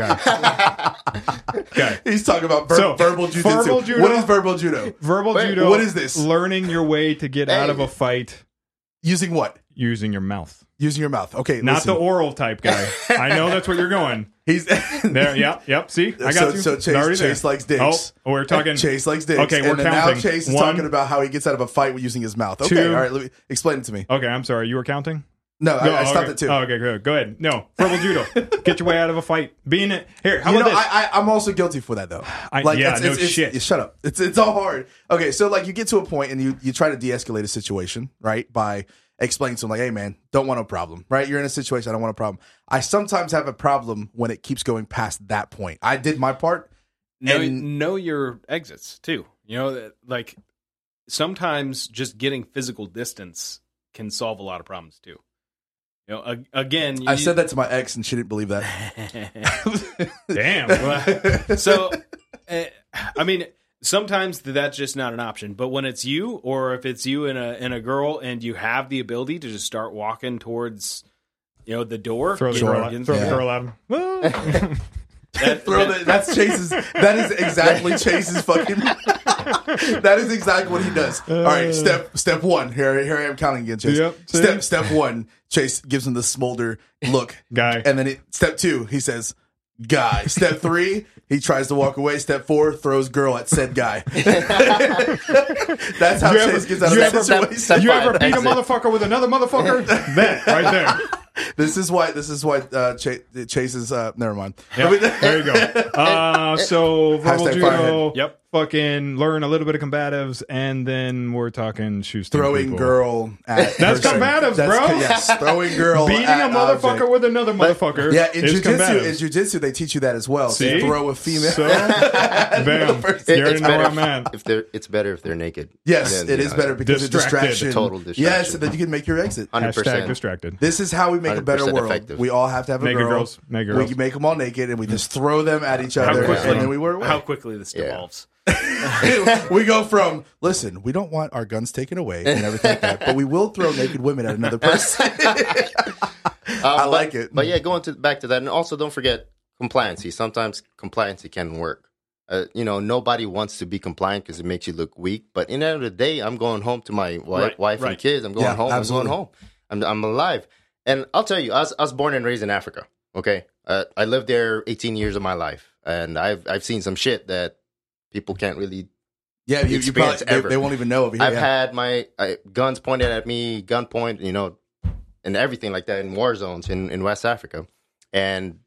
C: guy. guy,
A: He's talking about ver-
C: So,
A: verbal jujitsu.
C: verbal judo-
A: What is verbal judo?
C: verbal
E: Wait,
C: judo.
A: what is this?
C: Learning your way to get out
E: Hey.
C: of a fight
A: Using what?
C: using your mouth.
A: Using your mouth. Okay,
C: Not
A: listen.
C: the oral type guy. I know that's where you're going.
A: He's
C: There, yep, yep. See, I got
A: so,
C: you.
A: so
C: It's already
A: Chase,
C: there.
A: Chase likes dicks.
C: Oh, we're talking.
A: Chase likes dicks.
C: Okay, we're
A: and then now
C: counting.
A: Chase is
C: One.
A: talking about how he gets out of a fight with using his mouth. Okay,
C: Two.
A: all right. Let me explain it to me.
C: Okay, I'm sorry. You were counting.
A: No,
C: No,
A: I, I stopped
C: okay.
A: it too.
C: Oh, okay, good. Go ahead. No, verbal judo. Get your way out of a fight. Being it here. How
A: you know,
C: about this?
A: I, I, I'm also guilty for that though.
C: I- yeah, no shit.
A: it's- shut up. It's it's all hard. Okay, so like you get to a point and you you try to de-escalate a situation, right? By explaining to them like, "Hey, man, don't want a problem." Right? You're in a situation. I don't want a problem. I sometimes have a problem when it keeps going past that point. I did my part.
D: know,
A: And-
D: know your exits too. You know, that- like sometimes just getting physical distance can solve a lot of problems too. You know, ag- again, you,
A: I said that to my ex and she didn't believe that.
D: that.
C: Damn. Well,
D: so, uh, I mean, sometimes th- that's just not an option. But when it's you, or if it's you and a and a girl, and you have the ability to just start walking towards, you know, the door,
C: throw the
D: you know,
C: girl. Out,
D: you-
C: throw the
A: Yeah.
C: girl at him. Well,
D: that-
A: Throw
D: that-
A: the, that's Chase's. That is exactly Chase's fucking. that is exactly what he does. All right, step step one. Here, here I am counting again, Chase.
C: Uh. Yep, see?
A: step step one. Chase gives him the smolder look,
C: Guy.
A: and then it, step two. He says, "Guy." Step three. He tries to walk away. Step four. Throws girl at said guy. that's how
C: You
A: Chase
C: ever-
A: gets out
C: you
A: of
C: ever-
A: that situation.
E: step-
C: you ever beat a
E: Exit.
C: motherfucker with another motherfucker? that right there.
A: this is why. This is why uh, Chase, Chase's. Uh, never mind.
C: Yeah, there you go. Uh, so verbal
A: Hashtag
C: judo.
A: firehead.
C: Yep. Fucking learn a little bit of combatives, and then we're talking shoes.
A: Throwing girl at
C: That's
A: person.
C: combatives, bro.
A: Yes, throwing girl
C: beating
A: at
C: a motherfucker
A: object.
C: with another motherfucker.
A: Yeah, in
C: is
A: jujitsu, in
C: combatives.
A: jujitsu, they teach you that as well.
C: See?
A: So throw a female.
C: So, bam,
A: first-
C: you
E: It-
C: already
E: it's
C: know
E: better
C: where I'm at.
E: If they're, it's better if they're naked.
A: yes,
E: Then,
A: it
E: you
A: is
E: know,
A: better because of
C: Distracted.
A: distraction.
E: Total distraction.
A: Yes, so that you can make your exit.
E: Hundred
C: Hashtag
E: percent.
C: distracted.
A: This is how we make a better
E: 100%
A: world.
E: effective.
A: We all have to have a
C: Naked
A: girl.
C: girls, naked girls.
A: We can make them all naked, and we just throw them at each
D: how
A: other,
D: quickly,
A: and then we work.
D: how quickly this
E: Yeah.
D: devolves.
A: we go from listen, we don't want our guns taken away and everything like that, but we will throw naked women at another person. I like it.
E: Uh, But yeah, going to back to that, and also don't forget compliancy. Sometimes compliancy can work. Uh, you know, nobody wants to be compliant because it makes you look weak. But in the end of the day, I'm going home to my wife,
D: Right,
E: wife
D: right.
E: and kids. I'm going
A: Yeah,
E: home.
A: absolutely.
E: I'm going home. I'm, I'm alive. And I'll tell you, I was, I was born and raised in Africa. Okay, uh, I lived there 18 years of my life, and I've I've seen some shit that people can't really
A: yeah, you, you
E: Experience
A: probably they,
E: ever.
A: they won't even know over here.
E: I've
A: yeah.
E: had my uh, guns pointed at me, gunpoint, you know, and everything like that in war zones in, in West Africa. And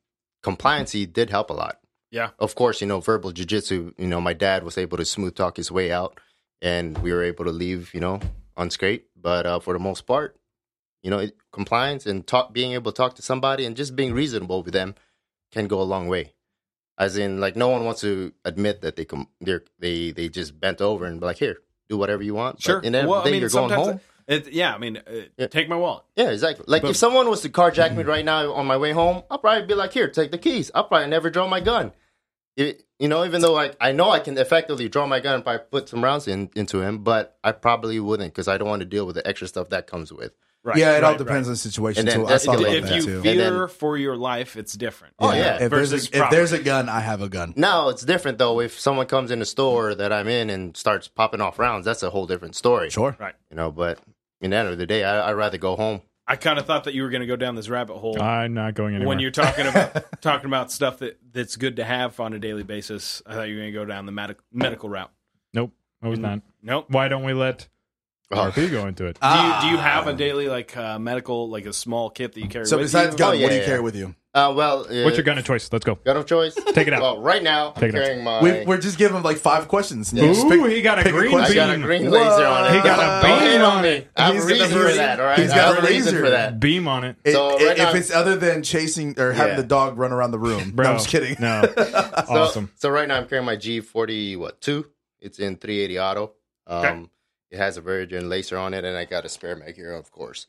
E: compliancy did help a lot.
D: Yeah.
E: Of course, you know, verbal jujitsu, you know, my dad was able to smooth talk his way out and we were able to leave, you know, unscraped. But uh, for the most part, you know, it, compliance and talk, being able to talk to somebody and just being reasonable with them can go a long way. As in, like, no one wants to admit that they com- they're, they they just bent over and be like, here, do whatever you want.
D: Sure.
E: But in the end of
D: Well,
E: the day,
D: I mean,
E: you're going
D: sometimes
E: home.
D: It, yeah, I mean, uh,
E: Yeah.
D: take my wallet.
E: Yeah, exactly. Like if someone was to carjack me right now on my way home, I'll probably be like, "Here, take the keys." I'll probably never draw my gun. It- you know, even though like I know I can effectively draw my gun if I put some rounds in, into him, but I probably wouldn't because I don't want to deal with the extra stuff that comes with.
D: Right.
A: yeah, it all
D: right,
A: depends
D: right.
A: on the situation
E: And then
A: too. I
E: that's
A: thought
E: the-
A: about
D: if
A: that
D: you
A: too.
E: And then-
D: fear for your life, it's different.
E: Oh, yeah.
A: if there's, a,
D: Versus
A: if there's a
D: property.
A: gun, I have a gun.
E: Now it's different though. If someone comes in a store that I'm in and starts popping off rounds, that's a whole different story.
A: Sure.
D: Right.
E: You know, but in the end of the day, I, I'd rather go home.
D: I kind of thought that you were going to go down this rabbit hole
C: I'm not going anywhere.
D: when you're talking about talking about stuff that that's good to have on a daily basis. I thought you were going to go down the medic, medical route.
C: nope, I was not.
D: Nope.
C: Why don't we let
E: Oh.
C: RP go into it?
D: Do you, do you have a daily like uh, medical like a small kit that you carry?
A: So
D: with
A: besides
D: you?
A: gun,
E: Oh, yeah,
A: what do you
E: yeah.
A: carry with you?
E: Uh, well, uh,
C: What's your gun of choice? Let's go.
E: gun of choice?
C: Take it out.
E: Well, right now
C: Take
E: I'm
C: it out.
E: carrying my.
A: We, we're just giving them like five questions. and you just
C: Ooh,
A: pick-
C: he got a
A: pick
C: green
E: I
A: question.
E: got a
C: beam.
E: green laser on it.
C: He got a
E: Don't
C: beam
E: hate
C: on
E: me.
C: it.
E: I have a
A: He's-
E: reason for
A: he's-
E: that. All right,
A: he's
E: I have
A: got
E: a
A: a
E: reason
A: laser.
E: for that.
C: Beam on it,
A: It-
E: So
A: it-
E: right now-
A: if it's other than chasing or having
E: Yeah.
A: the dog run around the room,
C: bro.
A: no, I'm just kidding.
C: No,
E: So,
C: awesome.
E: So right now I'm carrying my G40 what two? It's in 380 auto. Um, It has a Virgin laser on it, and I got a spare mag here, of course.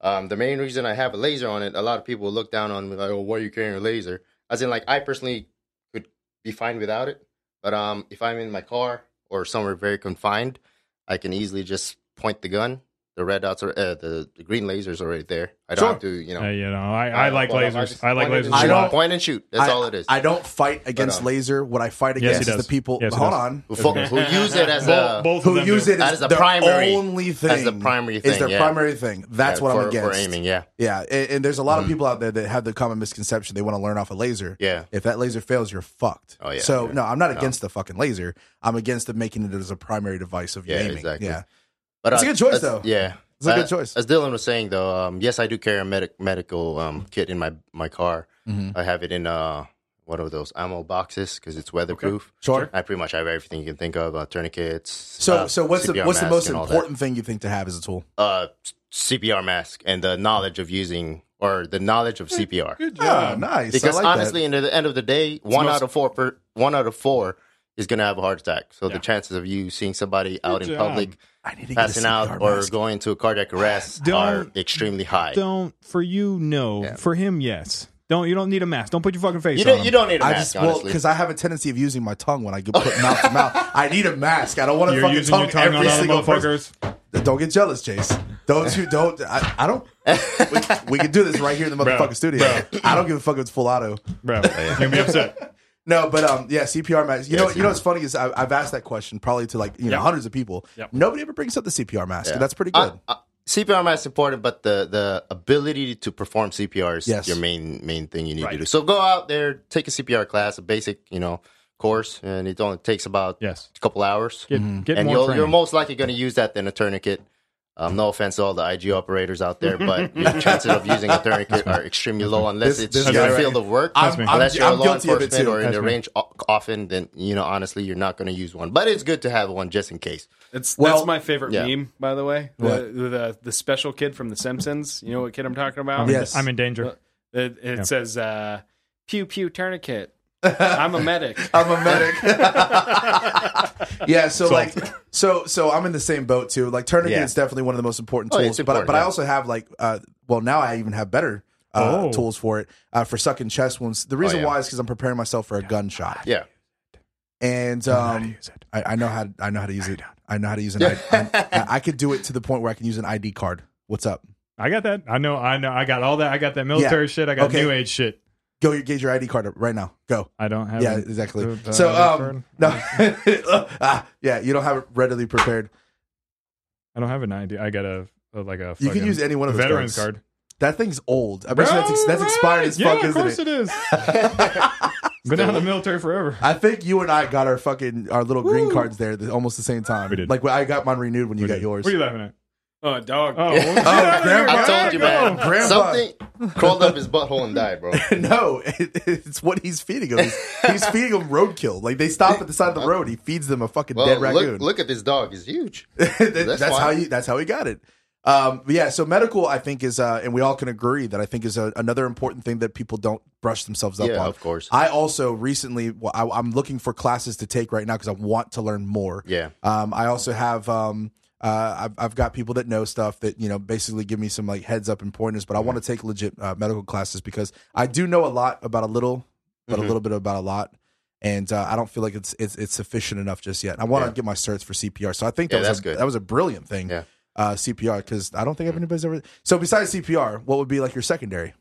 E: Um, the main reason I have a laser on it, a lot of people look down on me like, "Oh, why are you carrying a laser?" As in, like I personally could be fine without it, but um, if I'm in my car or somewhere very confined, I can easily just point the gun. The red dots are uh, the, the green lasers are right there. I don't
A: Sure.
E: have to, you know.
C: Uh, you know, I, I like
E: well,
C: lasers. I, like
E: just point and
C: lasers. a
A: I
E: shoot.
A: don't-
C: lot.
E: point and shoot. That's
A: I-
E: all it is.
A: I don't fight against
E: But, uh,
A: laser. What I fight
C: Yes,
A: against
C: he
A: is
C: does.
A: the people.
C: Yes, he
A: hold
C: does.
A: on.
E: who, fo- who use it as a
C: Both of
A: Who
C: them
A: use
C: do.
A: it
E: That
A: as
E: is a
A: their
E: primary-
A: only thing.
E: as the primary
A: Is
E: thing,
A: their
E: yeah.
A: primary thing. That's
E: Yeah,
A: what
E: for,
A: I'm against.
E: for aiming. Yeah,
A: Yeah, and, and there's a lot of people out there that have the common misconception they want to learn off a laser.
E: Mm. yeah.
A: If that laser fails, you're fucked.
E: Oh, yeah,
A: So
E: yeah.
A: no, I'm not against the fucking laser. I'm against the making it as a primary device of your
E: Yeah,
A: aiming.
E: exactly.
A: Yeah,
E: But
A: It's a good choice,
E: as-
A: though.
E: Yeah,
A: it's a
E: Uh,
A: good choice.
E: As Dylan was saying, though, um, yes, I do carry a medic medical um, kit in my my car.
A: Mhm.
E: I have it in uh, one of those ammo boxes because it's weatherproof.
A: Sure.
E: I pretty much have everything you can think of: uh, tourniquets.
A: So
E: uh,
A: so what's the
E: CPR
A: what's the
E: mask
A: most
E: and all that.
A: important thing you think to have as a tool?
E: uh, CPR mask and the knowledge of using or the knowledge of CPR.
C: Good
A: Oh,
C: job.
A: nice.
E: because
A: I like
E: honestly, in the end of the day, one
D: most-
E: out of four per, one out of four is going to have a heart attack. So
D: Yeah.
E: the chances of you seeing somebody out in
C: job.
E: public
A: that. I need to get a
E: passing out
A: CPR
E: or
A: mask.
E: going to a cardiac arrest are
C: Don't-
E: extremely high.
C: Don't for you. No,
E: Yeah.
C: for him. Yes. Don't you don't need a mask. Don't put your fucking face
E: You
C: on.
E: don't, you don't need a
A: I
E: mask,
A: just well
E: honestly.
A: because I have a tendency of using my tongue when I get put mouth to mouth. I need a mask. I don't want to
C: You're
A: fucking
C: using
A: tongue,
C: your tongue on
A: every
C: other
A: single person.
C: motherfuckers.
A: Don't get jealous, Chase. Don't you? Don't I? I don't. We, we can do this right here in the motherfucking studio. I don't give a fuck if it's full auto.
C: Bro, you're gonna be upset.
A: No, but um, yeah, CPR mask. You know,
E: Yeah,
A: you know what's funny is I, I've asked that question probably to like you know
D: Yeah.
A: hundreds of people.
D: Yeah.
A: Nobody ever brings up the CPR mask.
E: Yeah.
A: and That's pretty good.
E: I- I- CPR mask is important, but the, the ability to perform CPR is
A: Yes.
E: your main main thing you need
D: Right.
E: to do. So go out there, take a CPR class, a basic you know course, and it only takes about
C: Yes.
E: a couple hours.
C: Get, get
E: Mm-hmm. and
C: more
E: you'll,
C: training.
E: you're most likely going to use that than a tourniquet. Um, no offense to all the IG operators out there, but your chances of using a tourniquet are extremely low unless
A: This-
E: it's
A: this
E: your
A: guy right
E: field
A: here.
E: of work.
A: I'm- I'm-
E: unless you're
A: I'm
E: a law
A: guilty of it,
E: enforcement
A: too.
E: or in
C: That's
E: the
C: me.
E: range o- often, then you know honestly you're not going to use one. But it's good to have one just in case.
D: It's
A: Well-
D: that's my favorite
E: Yeah.
D: meme, by the way. The,
A: What?
D: the the special kid from The Simpsons. You know what kid I'm talking about?
A: Yes.
C: I'm in danger.
D: It, it says uh, pew pew tourniquet. I'm a medic.
A: I'm a medic. yeah, so like so so I'm in the same boat too. Like tourniquet
E: Yeah.
A: is definitely one of the most important
E: Oh,
A: tools,
E: it's important,
A: but but I
E: yeah.
A: also have like uh well now I even have better uh,
C: Oh.
A: tools for it uh, for sucking chest wounds. The reason
E: Oh, yeah.
A: why is because I'm preparing myself for a gunshot,
E: Yeah,
A: and
C: How do you
A: um,
C: use it?
A: I, I know how I know how to use it. I know how to use an. I, I, I could do it to the point where I can use an ID card. What's up?
C: I got that. I know. I know. I got all that. I got that military shit. I got
A: Okay.
C: new age shit.
A: Go get your ID card up right now. Go.
C: I don't have.
A: yeah,
C: it.
A: exactly.
C: the-
E: uh,
C: the
A: so,
C: other
A: um, no, Ah, yeah, you don't have it readily prepared.
C: I don't have an idea. I got a, a like a.
A: You
C: fucking
A: can use any one of those
C: veterans
A: cards.
C: card.
A: That thing's old. I bet you that's, ex- that's expired as
C: yeah,
A: fuck,
C: of
A: isn't
C: course
A: it?
C: it is. Been out of the military forever.
A: I think you and I got our fucking our little green cards there the, almost the same time.
C: We did.
A: Like I got mine renewed when you
C: We
A: got
C: did.
A: yours.
C: What are you laughing at?
D: Oh, dog.
C: Oh, well, get
A: Oh,
C: out of here,
A: grandpa.
E: I
C: man.
E: told you, man.
A: Go. Grandpa.
E: Something crawled up his butthole and died, bro.
A: no, it, it's what he's feeding them. He's, he's feeding them roadkill. Like they stop at the side of the road. He feeds them a fucking
E: Well,
A: dead raccoon.
E: look, look at this dog; he's huge.
A: That- that's
E: That's fine.
A: how you. That's how he got it. Um, but yeah. So medical, I think is, uh, and we all can agree that I think is a, another important thing that people don't brush themselves up
E: Yeah,
A: on.
E: of course.
A: I also recently, well, I, I'm looking for classes to take right now because I want to learn more.
E: Yeah.
A: Um, I also have. Um, uh, I've, I've got people that know stuff that you know basically give me some like heads up and pointers, but I want to take legit uh, medical classes because I do know a lot about a little, but a
E: Mhm.
A: little bit about a lot, and uh, I don't feel like it's it's, it's sufficient enough just yet. I want
E: Yeah.
A: to get my certs for CPR, so I think that
E: Yeah,
A: was
E: that's
A: a,
E: good.
A: that was a brilliant thing.
E: Yeah. Mm-hmm.
A: uh, CPR because I don't think anybody's ever. So besides CPR, what would be like your secondary?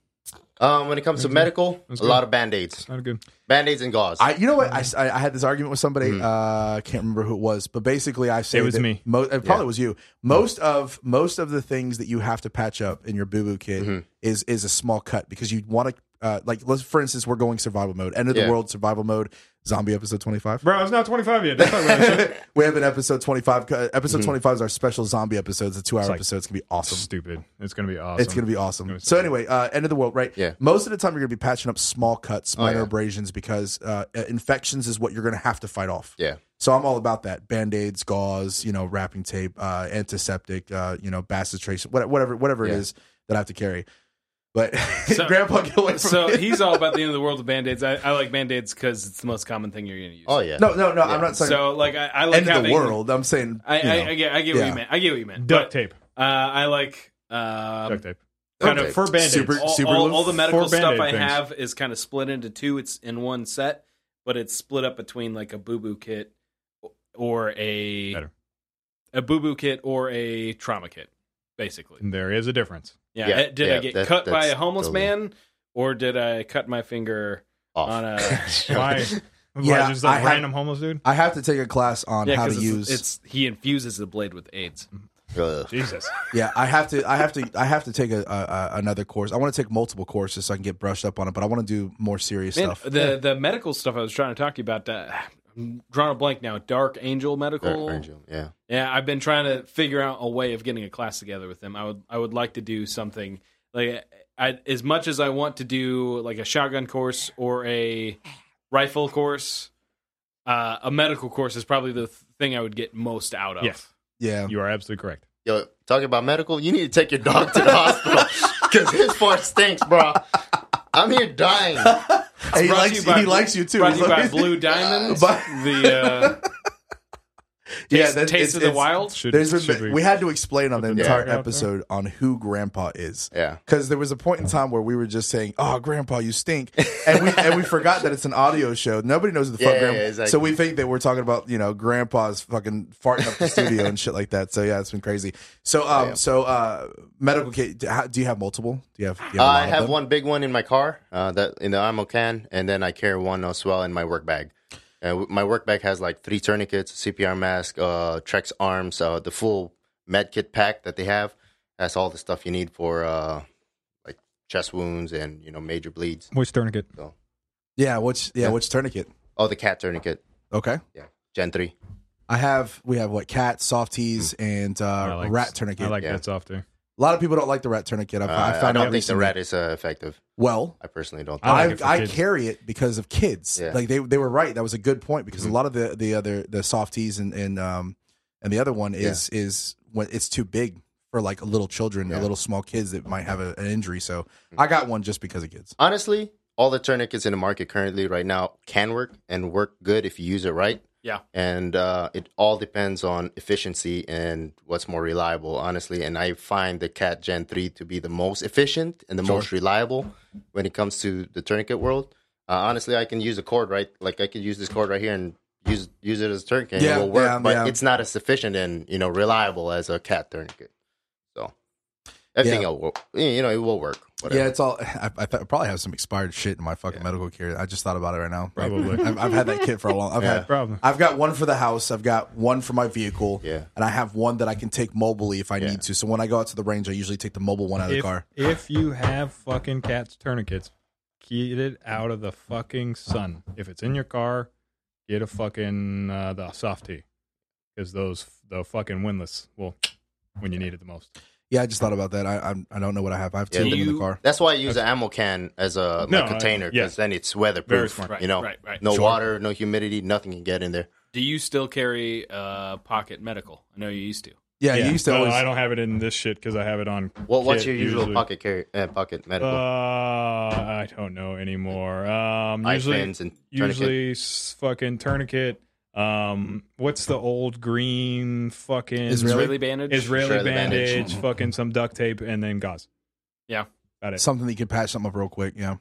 E: Um, when it comes to medical,
C: That's
E: a
C: good.
E: lot of band aids,
C: Not good.
E: band aids and gauze.
A: I, you know
E: Um,
A: what? I, I- I had this argument with somebody.
E: Mm-hmm.
A: Uh, I can't remember who it was, but basically, I say
C: It was
A: that
C: me.
A: Mo- it probably was you. Most of most of the things that you have to patch up in your boo boo kit
E: Mm-hmm.
A: is is a small cut because you want to. Uh, like let's for instance, we're going survival mode, end of the
E: Yeah.
A: world survival mode, zombie episode twenty five.
C: Bro, it's not 25 yet. Don't talk about that shit.
A: We have an episode twenty five.
E: Mm-hmm.
A: Episode five is our special zombie episodes. The two hour
C: like-
A: episodes can be awesome.
C: Stupid. It's going to be awesome.
A: It's going to be awesome.
C: It's
A: So anyway, uh, end of the world, right?
E: Yeah. Oh,
A: Most of the time, you're going to be patching up small cuts, minor
E: yeah.
A: abrasions, because uh, uh, infections is what you're going to have to fight off.
E: yeah,
A: So I'm all about that: band aids, gauze, you know, wrapping tape, uh, antiseptic, uh, you know, bacitracin, what- whatever, whatever
E: Yeah.
A: it is that I have to carry. But
D: So-
A: Grandpa, get away from
D: So
A: me.
D: he's all about the end of the world with band aids. I, I like band aids because it's the most common thing you're going to use.
E: oh yeah,
A: no, no, no. I'm not saying
D: So like I, I like
A: end of
D: having,
A: the world. I'm saying
D: I,
A: you know.
D: I, I get, I get what
A: Yeah.
D: you meant. I get what you meant.
C: Duct
D: But,
C: tape.
D: uh, I like um,
C: Duct tape.
D: kind
E: Okay.
D: of
C: For band aids.
A: Super-
D: all, all,
A: glue?
D: all the medical
C: Four Band-Aid
D: stuff I
C: things.
D: have is kind of split into two. It's in one set, but it's split up between like a boo boo kit or a
C: Better.
D: a boo boo kit or a trauma kit, basically.
C: There is a difference.
D: Yeah.
E: Yeah,
D: Uh, did I
E: yeah,
D: get
E: that-
D: cut by
E: that's
D: a homeless
E: totally-
D: man or did I cut my finger
E: Off.
D: on a?
C: Why?
A: Yeah,
C: Why just
A: I
C: that
A: had-
C: random homeless dude?
A: I have to take a class on
D: Yeah,
A: how to
D: 'cause it's,
A: use. Mm-hmm.
D: it's he infuses the blade with AIDS.
E: Ugh.
C: Jesus.
A: Yeah, I have to. I have to. I have to take a, a, a another course. I want to take multiple courses so I can get brushed up on it. But I want to do more serious
D: Man,
A: stuff.
D: the the medical stuff I was trying to talk to you about. Uh, I'm drawing a blank now. Dark Angel Medical.
E: Dark Angel, yeah.
D: Yeah, I've been trying to figure out a way of getting a class together with them. I would I would like to do something like I, as much as I want to do like a shotgun course or a rifle course. Uh, a medical course is probably the th- thing I would get most out of.
C: Yes.
A: yeah,
C: You are absolutely correct.
E: Yo, talking about medical, you need to take your dog to the hospital because his fart stinks, bro. I'm here dying.
A: Hey, he
D: Brought to
A: likes
D: you
A: you.
D: by
A: he
D: Blue-
A: likes you too.
D: Brought
A: He's
D: to you by
A: like-
D: Blue Diamonds,
A: By-
D: the uh,
A: Yeah,
D: taste,
A: that-
D: Taste
A: it's-
D: of the
A: it's-
D: Wild.
C: Should,
A: There's been-
C: should
A: we, had to explain on the
C: the
A: entire
C: dog out there?
A: episode on who Grandpa is.
E: Yeah.
A: Because there was a point in time where we were just saying, "Oh, Grandpa, you stink," and we and we forgot that it's an audio show. Nobody knows who the fuck
E: Yeah,
A: Grandpa.
E: yeah, exactly.
A: So we think that we're talking about you know Grandpa's fucking farting up the studio and shit like that. So yeah, it's been crazy. So um,
E: Yeah.
A: so uh, medical kit. do- how- Do you have multiple? Do you have? Do you have a
E: Uh,
A: lot
E: I
A: of
E: have
A: them?
E: one big one in my car uh, that in the ammo can, and then I carry one as well in my work bag. Uh, w- my work bag has like three tourniquets, CPR mask, uh, Trex arms, uh, the full med kit pack that they have. That's all the stuff you need for uh, like chest wounds and you know major bleeds.
C: Moist tourniquet.
A: Yeah. Which yeah, Which tourniquet?
E: Oh, the cat tourniquet,
A: Okay.
E: yeah, Gen three.
A: I have. We have what cat softies and
C: I
A: uh,
C: like-
A: rat tourniquet.
C: I like
E: Yeah.
C: that soft too.
A: a lot of people don't like the rat tourniquet. I've,
E: Uh,
A: I
E: I,
A: found out
E: don't think the
A: recently.
E: rat is uh, effective.
A: Well,
E: I personally don't.
C: I
A: I,
C: like it for
A: I,
C: kids.
A: carry it because of kids.
E: Yeah.
A: Like they, they were right. That was a good point because
C: Mm-hmm.
A: a lot of the the other the softies and and um and the other one is is when it's too big for like little children or
E: Yeah. Mm-hmm.
A: little small kids that might have a, an injury. So I got one just because of kids.
E: honestly, all the tourniquets in the market currently right now can work and work good if you use it right.
D: Yeah.
E: And uh, it all depends on efficiency and what's more reliable, honestly. And I find the Cat Gen 3 to be the most efficient and the most reliable when it comes to the tourniquet world. Uh, honestly, I can use a cord, right? Like I could use this cord right here and use use it as a tourniquet.
A: Yeah,
E: and it will work,
A: yeah,
E: but
A: yeah.
E: it's not as efficient and you know reliable as a cat tourniquet. So I
A: Yeah.
E: think it'll work. You know, it will work.
A: Yeah,
E: Whatever.
A: it's all. I, I th- probably have some expired shit in my fucking medical care. I just thought about it right now.
C: Probably.
A: I've, I've had that kit for a long. I've
E: Yeah.
A: had
C: Problem.
A: I've got one for the house. I've got one for my vehicle.
E: Yeah.
A: And I have one that I can take mobily if I
E: Yeah.
A: need to. So when I go out to the range, I usually take the mobile one out of the
C: If,
A: car.
C: if you have fucking cat's tourniquets, get it out of the fucking sun. If it's in your car, get a fucking uh, the soft tee because those the fucking windless will when you need it the most.
A: Yeah, I just thought about that. I I'm, I don't know what I have. I have two
E: Yeah,
A: of them in the
D: you-
A: car.
E: That's why I use an ammo can as a like,
C: No,
E: container
C: yeah.
E: because then it's
C: Very
E: weatherproof.
C: smart.
E: You know,
D: Right, right, right.
E: no
D: Sure.
E: water, no humidity, nothing can get in there.
D: Do you still carry uh, pocket medical? I know you used to.
A: Yeah, you used to
C: No,
A: always.
C: I don't have it in this shit because I have it on.
E: What, what's
C: kit
E: your usual
C: usually.
E: pocket carry, uh, pocket
A: Um,
C: Uh,
E: medical?
C: I don't know anymore. Um,
E: Eye
C: usually,
E: fins and tourniquet.
C: usually s- fucking tourniquet. Um, what's the old green fucking
A: Israeli?
D: Israeli bandage.
C: Israeli
E: Israeli
C: bandage,
E: bandage.
C: fucking some duct tape, and then gauze.
D: Yeah.
C: got it.
A: something that you can patch something up real quick. Yeah,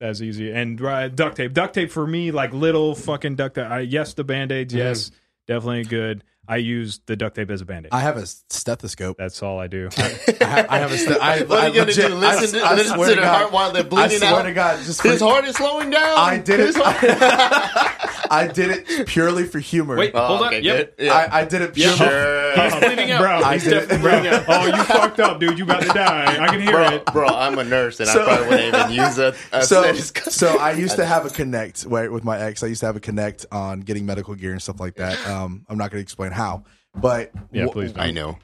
C: That's easy. And uh, duct
A: Mm-hmm.
C: tape, duct tape for me, like little fucking duct tape. I, yes, the band aids, yes, definitely good. I use the duct tape as a bandage.
A: I have a stethoscope.
C: That's all I do.
A: I have, I have a stethoscope. I,
E: What
A: I
E: are you gonna
A: legit-
E: do? Listen to,
A: I, I
E: listen
A: swear
E: to
A: to
E: their
A: God,
E: heart while they're
A: I
E: bleeding
A: swear
E: out.
A: to God, just
E: His
A: for-
E: heart is slowing down.
A: I did
E: His
A: it.
E: heart-
A: I did it purely for humor.
D: Wait,
E: Oh,
D: hold
E: okay,
D: on. Yep.
E: good. Yeah.
A: I, I did it purely.
E: Sure.
D: He's bleeding out.
C: Bro,
A: I
D: He's
A: did it.
D: definitely
C: Bro,
D: bleeding out.
C: oh, you fucked up, dude. You about to die. I can hear
E: bro,
C: it.
E: bro, I'm a nurse and
A: So-
E: I probably wouldn't even use a, a
A: so,
E: stethoscope.
A: so I used to have a connect where, with my ex. I used to have a connect on getting medical gear and stuff like that. Um, I'm not going to explain how, but
C: Yeah,
A: wh-
C: please don't.
E: I know.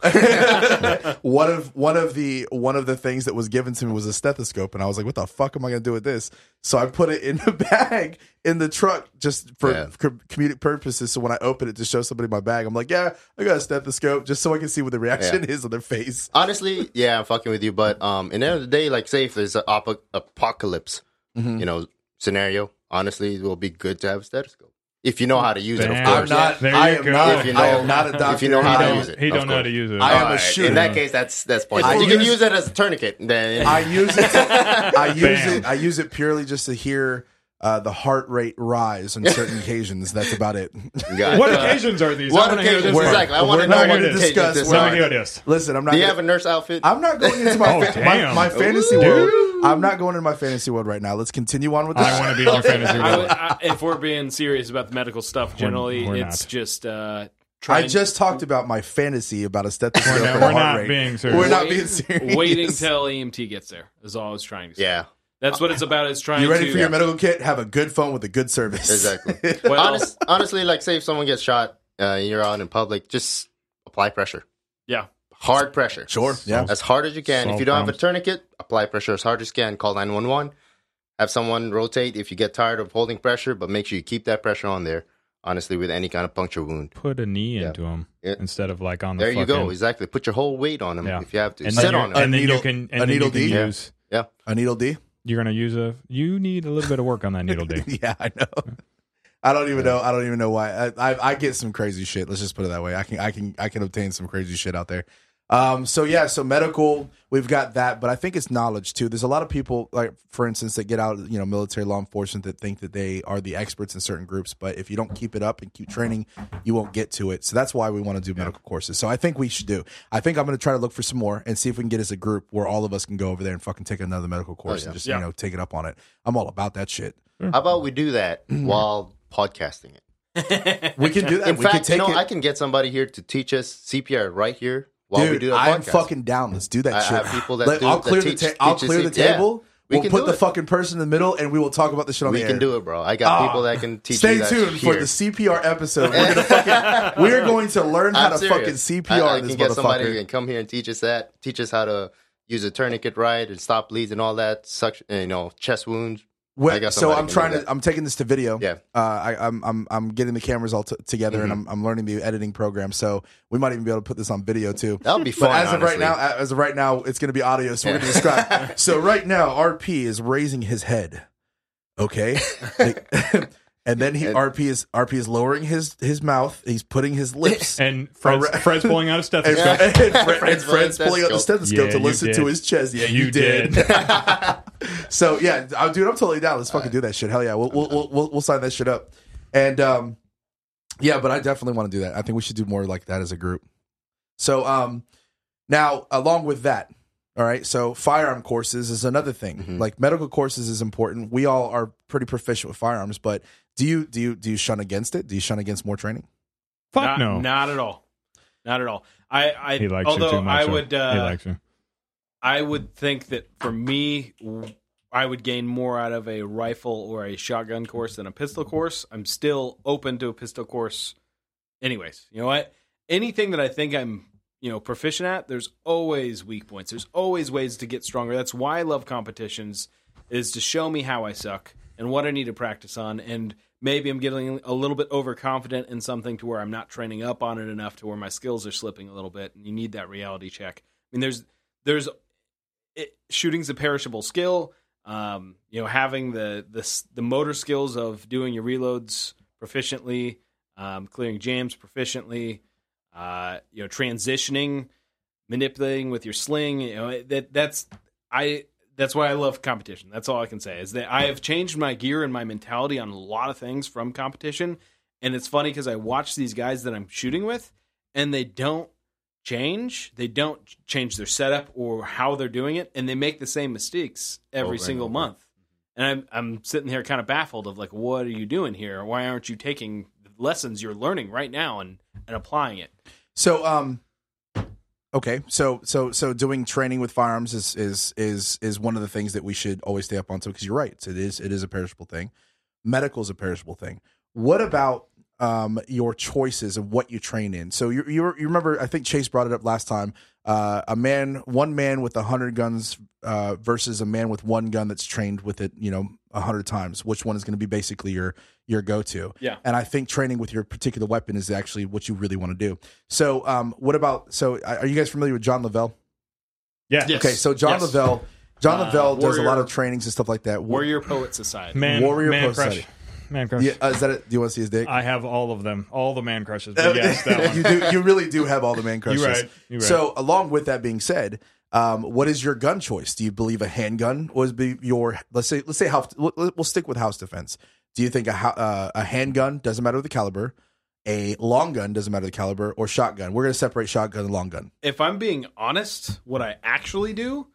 A: one of one of the one of the things that was given to me was a stethoscope, and I was like, "What the fuck am I going to do with this?" So I put it in the bag in the truck just for
E: Yeah.
A: com- comedic purposes. So when I open it to show somebody my bag, I'm like, "Yeah, I got a stethoscope," just so I can see what the reaction is on their face.
E: Honestly, yeah, I'm fucking with you, but um, in the end of the day, like, say if there's an op- apocalypse, you know, scenario, honestly, it will be good to have a stethoscope if you know how to use it. Of
C: Damn.
A: I'm
E: course,
A: not.
C: There
A: I
C: you
A: am
C: go.
A: not.
E: If you
A: I
E: know-
A: am not a doctor.
E: if you know how
A: I
E: to
A: am-
E: use it,
C: He
E: of
C: don't know how to
E: course.
C: use it. Uh,
A: I am a
E: Alright,
A: shooter.
E: In that case, that's that's points.
A: I
E: you can
A: use-
E: use it as a tourniquet. Then
A: I use it. I use
C: Bam.
A: it. I use it purely just to hear uh, the heart rate rise on certain occasions. That's about it.
E: got
C: What
E: it.
C: occasions are these?
E: What
C: I wanna hear
E: occasions?
C: this
A: We're-
E: Exactly. I
A: we're
E: want to
A: not
E: know
A: gonna
E: what occasions
A: discuss
E: this
A: where-
C: Let
E: are.
C: me hear this.
A: Listen, I'm not.
E: Do you
A: gonna-
E: have a nurse outfit?
A: I'm not going into my
C: Oh,
A: fa- my,
C: damn.
A: my fantasy
E: Ooh.
A: world. I'm not going into my fantasy world right now. Let's continue on with this.
C: I want to be in your fantasy
D: I would-
C: world.
D: I- if we're being serious about the medical stuff, generally
C: we're
D: it's
C: not.
D: just uh,
A: I
D: trying,
A: just talked about my fantasy about a stethoscope. and
C: We're
A: a
C: not, we're
A: heart
C: not
A: rate.
C: being serious.
A: We're not
D: Wait-
A: being serious.
D: waiting till EMT gets there. Is all I was trying to say.
E: yeah,
D: that's what it's about. Is trying
A: You ready
D: to
A: for your medical kit? Have a good phone with a good service.
E: exactly.
D: well,
E: Honest, honestly, like, say if someone gets shot, uh, and you're out in public, just apply pressure.
D: yeah.
E: Hard pressure.
A: Sure. Yeah.
E: as hard as you can.
C: Solve
E: if you don't have
C: problems.
E: a tourniquet, apply pressure as hard as you can. Call 911. Have someone rotate if you get tired of holding pressure, but make sure you keep that pressure on there, honestly, with any kind of puncture wound.
C: Put a knee into him
E: Yeah.
C: instead of like on the
E: There you go.
C: fucking-
E: Exactly. Put your whole weight on them
C: Yeah.
E: if you have to.
C: And then
E: Sit
C: you're-
E: on them.
A: A
C: And then
A: needle-
C: you can,
A: a
C: and then you
A: needle
C: can
A: D? Yeah.
C: use.
E: yeah.
A: A needle D.
C: You're gonna use a. You need a little bit of work on that needle D.
A: yeah, I know. I don't even know. I don't even know why. I, I I get some crazy shit. Let's just put it that way. I can I can I can obtain some crazy shit out there. Um. So yeah. So medical. We've got that, but I think it's knowledge too. There's a lot of people, like for instance, that get out. You know, military law enforcement that think that they are the experts in certain groups, but if you don't keep it up and keep training, you won't get to it. So that's why we want to do medical courses. So I think we should do. I think I'm going to try to look for some more and see if we can get as a group where all of us can go over there and fucking take another medical course
E: yeah.
A: and just
D: Yeah.
A: you know take it up on it. I'm all about that shit.
E: How about we do that while podcasting it?
A: We can do that.
E: In
A: we can
E: fact, you
A: take
E: know,
A: it.
E: I can get somebody here to teach us CPR right here while
A: Dude,
E: we do the
A: I'm
E: podcast.
A: fucking down. Let's do that
E: I- I
A: shit.
E: have people that
A: Let-
E: do-
A: I'll
E: that
A: clear
E: teach-
A: the ta- I'll
E: teach
A: clear the
E: us- yeah.
A: table.
E: We
A: we'll
E: can
A: put
E: do
A: the
E: it.
A: fucking person in the middle, and we will talk about the shit on
E: we
A: the
E: can
A: air.
E: do it, bro. I got people that can teach
A: Ah, Stay
E: you that
A: tuned for
E: here.
A: the CPR episode. We're gonna fucking, we are going to learn how
E: I'm
A: to
E: serious.
A: fucking CPR
E: I, I
A: this
E: can get somebody who
A: motherfucker.
E: can come here and teach us that, teach us how to use a tourniquet right and stop bleeds and all that, suction, you know, chest wounds.
A: Well,
E: I got
A: so
E: somebody
A: I'm
E: who can
A: trying
E: do
A: to.
E: that.
A: I'm taking this to video.
E: Yeah. Mm-hmm.
A: Uh, I, I'm I'm I'm getting the cameras all t- together, and I'm I'm learning the editing program. So we might even be able to put this on video too.
E: That would be
A: But
E: fun.
A: as of right
E: honestly.
A: now, as of right now, it's going to be audio, so we're going to describe. so right now, RP is raising his head. Okay, and then he RP is RP is lowering his his mouth. He's putting his lips.
C: And Fred's,
A: Alright.
C: Fred's pulling out a
A: And,
C: stethoscope.
A: and Fred- and
E: Fred's
A: Fred's pulling out the stethoscope
C: Yeah,
A: to
C: you
A: listen to
C: did.
A: his chest. Yeah, you,
C: You
A: did.
C: did.
A: so yeah, I, dude, I'm totally down. Let's fucking do that shit. Hell yeah, we'll we'll, we'll we'll we'll sign that shit up. And um, yeah, but I definitely want to do that. I think we should do more like that as a group. So um, now along with that, all right. So firearm courses is another thing. Like medical courses is important. We all are pretty proficient with firearms, but do you do you do you shun against it? Do you shun against more training?
C: Fuck
D: not,
C: no.
D: not at all, not at all. I, I
C: he likes
D: although
C: you too much.
D: I
C: huh?
D: would,
C: he
D: uh,
C: likes you.
D: I would think that for me, w- I would gain more out of a rifle or a shotgun course than a pistol course. I'm still open to a pistol course, anyways. You know what? Anything that I think I'm you know proficient at, there's always weak points. There's always ways to get stronger. That's why I love competitions, is to show me how I suck and what I need to practice on and. Maybe I'm getting a little bit overconfident in something to where I'm not training up on it enough to where my skills are slipping a little bit. And you need that reality check. I mean, there's there's it, shooting's a perishable skill. Um, you know, having the, the s- the motor skills of doing your reloads proficiently, um, clearing jams proficiently, uh, you know, transitioning, manipulating with your sling. You know, that that's I that's why I love competition. That's all I can say is that I have changed my gear and my mentality on a lot of things from competition. And it's funny because I watch these guys that I'm shooting with, and they don't change. They don't change their setup or how they're doing it, and they make the same mistakes
E: Over
D: every
E: and
D: single
E: over.
D: month. And I'm I'm sitting here kind of baffled of like, what are you doing here? Why aren't you taking the lessons you're learning right now and and applying it?
A: So um okay, so so so doing training with firearms is is is is one of the things that we should always stay up on to because you're right. It is it is a perishable thing. Medical is a perishable thing. What about um your choices and what you train in? So you you, you remember I think Chase brought it up last time. Uh, a man, one man with a hundred guns uh, versus a man with one gun that's trained with it, you know, a hundred times. Which one is going to be basically your your go to?
D: Yeah.
A: And I think training with your particular weapon is actually what you really want to do. So, um, what about? So, uh, are you guys familiar with John Lavelle?
C: Yeah.
D: Yes.
A: Okay, so John
D: Yes.
A: Lavelle, John
D: Uh,
A: Lavelle does a lot
D: warrior-
A: of trainings and stuff like that.
D: Warrior Poet Society.
C: Man,
A: Warrior
C: man
A: Post
C: crush.
A: Study.
C: Man crush.
A: Yeah, uh, is that it? Do you want to see his dick?
C: I have all of them. All the man crushes. But yes, that one.
A: you do. You really do have all the man crushes.
C: You're right. You're right.
A: So, along with that being said, um, what is your gun choice? Do you believe a handgun was be your let's say let's say house we'll we'll stick with house defense. Do you think a ho- uh, a handgun doesn't matter the caliber, a long gun doesn't matter the caliber, or shotgun? We're going to separate shotgun and long gun.
D: If I'm being honest, what I actually do,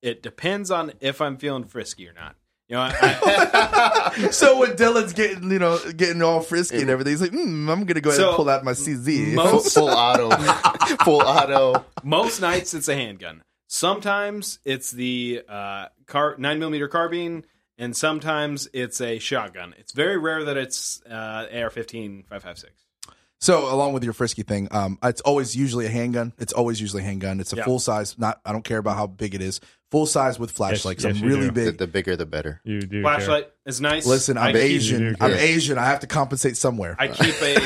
D: it depends on if I'm feeling frisky or not. You know, I, I,
A: So when Dylan's getting you know getting all frisky and everything, he's like, mm, I'm going to go ahead
D: So,
A: and pull out my CZ.
E: Full,
D: most
E: full auto, full auto.
D: most nights it's a handgun. Sometimes it's the uh, car nine millimeter carbine, and sometimes it's a shotgun. It's very rare that it's uh, AR-15 5.56.
A: So along with your frisky thing, um, it's always usually a handgun. It's always usually a handgun. It's a
D: Yeah.
A: full size. Not I don't care about how big it is. Full size with flashlights.
C: yes,
A: I'm
C: you
A: really
C: do.
E: The,
A: big.
E: the bigger, the better.
C: You do. care.
D: Flashlight is nice.
A: Listen, I'm
D: I keep,
A: Asian.
C: You do
A: I'm
E: care.
A: Asian. I have to compensate somewhere.
D: I keep a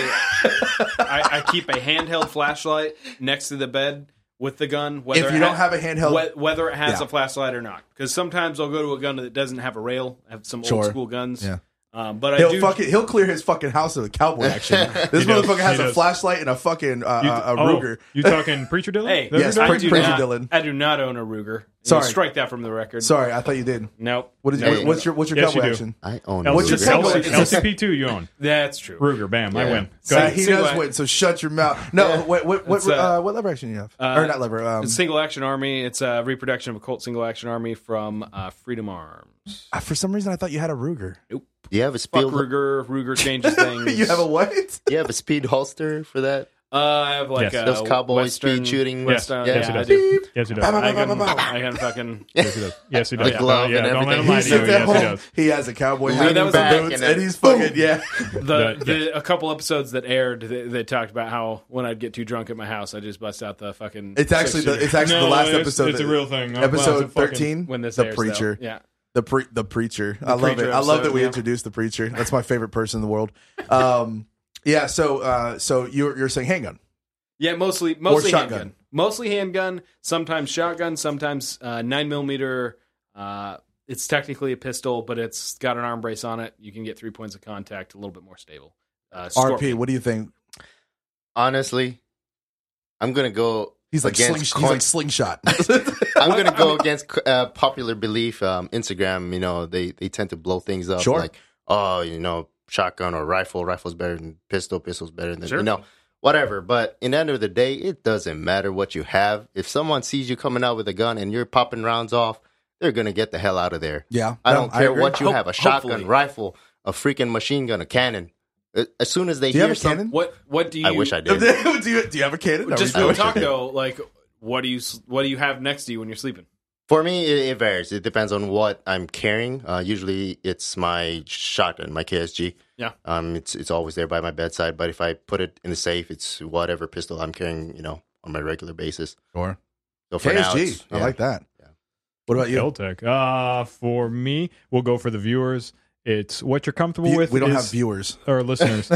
D: I, I keep a handheld flashlight next to the bed with the gun. Whether
A: if
D: it
A: you don't
D: ha-
A: have a handheld,
D: whe- whether it has
A: Yeah.
D: a flashlight or not, because sometimes I'll go to a gun that doesn't have a rail. I have some
A: Sure.
D: old school guns.
A: Yeah.
D: Um, but I
A: he'll
D: do
A: fucking he'll clear his fucking house of a cowboy action. This
C: He does.
A: motherfucker has
C: He
A: a
C: does.
A: flashlight and a fucking uh,
C: You-
A: a, a
C: oh,
A: Ruger.
C: You talking preacher Dylan?
D: Hey,
C: Those
A: Yes,
C: are
D: I
A: Pre-
C: dogs?
D: do,
A: Preacher
D: not,
A: Dylan.
D: I do not own a Ruger.
A: Sorry.
D: strike that from the record.
A: Sorry, I thought you did.
D: Nope.
A: What is
D: Nope.
A: your, what's your what's your
C: Yes,
A: cowboy
C: you do.
A: action?
E: I own.
A: What's your
E: Ruger.
A: cell-
C: LC-
D: It's a-
C: LCP two you own
D: That's true.
C: Ruger. Bam, I
E: Yeah.
C: win. Go
A: Uh,
C: ahead.
A: he
D: See
A: does
D: what-
A: win. So shut your mouth. No, what what what,
D: It's, uh,
A: uh, what lever action you have?
D: uh,
A: or not lever? Um,
D: It's single action army. It's a reproduction of a Colt single action army from uh, Freedom Arms.
A: I- for some reason, I thought you had a Ruger.
E: Do you have a
D: Fuck
E: speed?
D: Ruger. Ruger changes things.
A: you have a what?
E: Do you have a speed holster for that?
D: Uh, I have like
C: Yes.
D: a
E: Those cowboy
D: Western-
E: speed shooting.
C: Yes.
D: Western-
E: Yes,
D: yeah,
E: it
D: I
E: does.
D: do.
C: Yes, he
A: Bow, bow,
C: does.
A: bow,
D: I can,
A: bow, bow, bow.
D: I can fucking.
C: Yes, he does. Yes, he does. Oh,
E: The glove
C: yeah,
E: and
C: don't let him
E: everything.
C: lie
E: He
C: to
A: sits
C: you.
E: sits
A: at
C: Yes, he
A: home.
C: does.
A: He has a cowboy
E: Leaning
A: leaning
D: back
A: back boots,
E: and
A: and,
E: then
A: he's
E: boom.
A: fucking yeah.
D: The,
C: Yeah.
D: the a couple episodes that aired, they, they talked about how when I'd get too drunk at my house, I just bust out the fucking.
A: It's actually the
D: six-shooter.
A: it's actually the
C: No,
A: last
C: it's-
A: episode.
C: It's a
A: that-
C: real thing. I'm glad
A: episode
C: it's a fucking-
A: thirteen.
D: when this
A: the
D: airs, though.
A: preacher,
D: Yeah,
A: the pre the preacher. I love
D: preacher
A: it. I love
D: episode,
A: that we
D: yeah.
A: introduced the preacher. That's my favorite person in the world. Um, yeah. So uh, so you're you're saying handgun.
D: yeah, mostly mostly
A: shotgun.
D: handgun, mostly handgun. Sometimes shotgun, sometimes uh, nine millimeter. Uh, it's technically a pistol, but it's got an arm brace on it. You can get three points of contact, a little bit more stable. Uh,
A: RP.
D: Scorpion.
A: What do you think?
E: Honestly, I'm gonna go.
A: He's like, sling, he's
E: against coin-
A: like slingshot.
E: I'm gonna go against uh, popular belief. Um, Instagram, you know, they they tend to blow things up.
A: Sure.
E: Like, oh, you know, shotgun or rifle. Rifle's better than pistol. Pistol's better than
D: Sure.
E: you know, whatever. But in the end of the day, it doesn't matter what you have. If someone sees you coming out with a gun and you're popping rounds off, they're gonna get the hell out of there.
A: yeah.
E: I
A: no,
E: don't care
A: agree.
E: what you
D: Hope-
E: have—a shotgun,
D: hopefully.
E: rifle, a freaking machine gun, a cannon. A- As soon as they
A: Do you
E: hear
A: have a
E: something-
A: cannon?
D: What what do you?
E: I wish I
A: do,
E: did.
A: you, do you have a cannon? Are
D: Just
A: we-
E: I
D: real
E: wish I
D: talk
E: did.
D: though. Like, what do you s- what do you have next to you when you're sleeping?
E: For me, it, it varies. It depends on what I'm carrying. Uh, usually, it's my shotgun, my KSG.
D: Yeah.
E: Um, it's it's always there by my bedside. But if I put it in the safe, it's whatever pistol I'm carrying. You know, on my regular basis.
A: Sure.
E: So for now,
A: KSG.
E: it's-
A: I
E: yeah.
A: like that.
E: Yeah.
A: What about you?
C: Keltec. Uh, for me, we'll go for the viewers. It's what you're comfortable
A: You-
C: with.
A: we don't
C: is-
A: have viewers.
C: or listeners.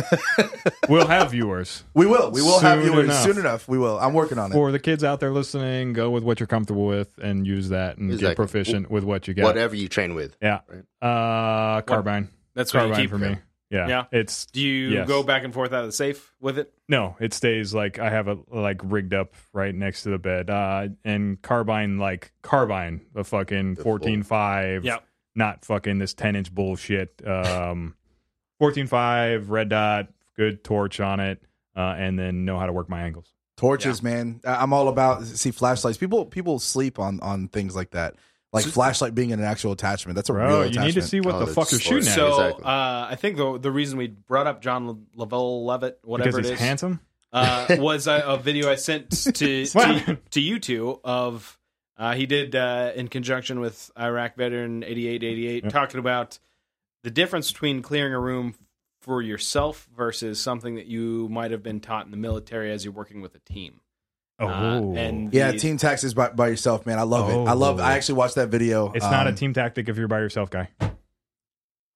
C: we'll have viewers.
A: We will. We will have
C: Soon
A: viewers
C: enough.
A: soon enough. We will. I'm working on it.
C: For the kids out there listening, go with what you're comfortable with and use that and
E: Exactly.
C: get proficient with what you got.
E: Whatever you train with.
C: Yeah. Uh, carbine.
D: That's what you
C: Carbine
D: keep
C: for me. Yeah.
D: Yeah.
C: It's
D: Do you
C: Yes.
D: go back and forth out of the safe with it?
C: no, it stays like I have it like rigged up right next to the bed. Uh, and carbine, like carbine, the fucking
E: The full-
C: 14 5.
D: Yep.
C: Not fucking this 10 inch bullshit. Um, 14 5, red dot, good torch on it. Uh, and then know how to work my angles.
A: Torches, man. I- I'm all about see flashlights. People people sleep on on things like that. Like flashlight being an actual attachment. That's a real
C: Bro, you
A: attachment.
C: need to see what
E: Oh,
C: the
E: that's
C: fuck you're
E: slow.
C: shooting at.
D: so
E: exactly.
D: uh, I think the the reason we brought up John Lavelle Levitt, whatever
C: because he's
D: it is,
C: handsome.
D: uh, was a, a video I sent to to, to you two of uh, he did uh, in conjunction with Iraq veteran eighty eight eighty eight
C: Yep.
D: talking about the difference between clearing a room for yourself versus something that you might have been taught in the military as you're working with a team.
C: Oh,
D: Uh, and
A: Yeah,
D: the-
A: team taxes by, by yourself, man. I love it. I love. I actually watched that video.
C: it's not a
A: Um,
C: team tactic if you're by yourself, guy.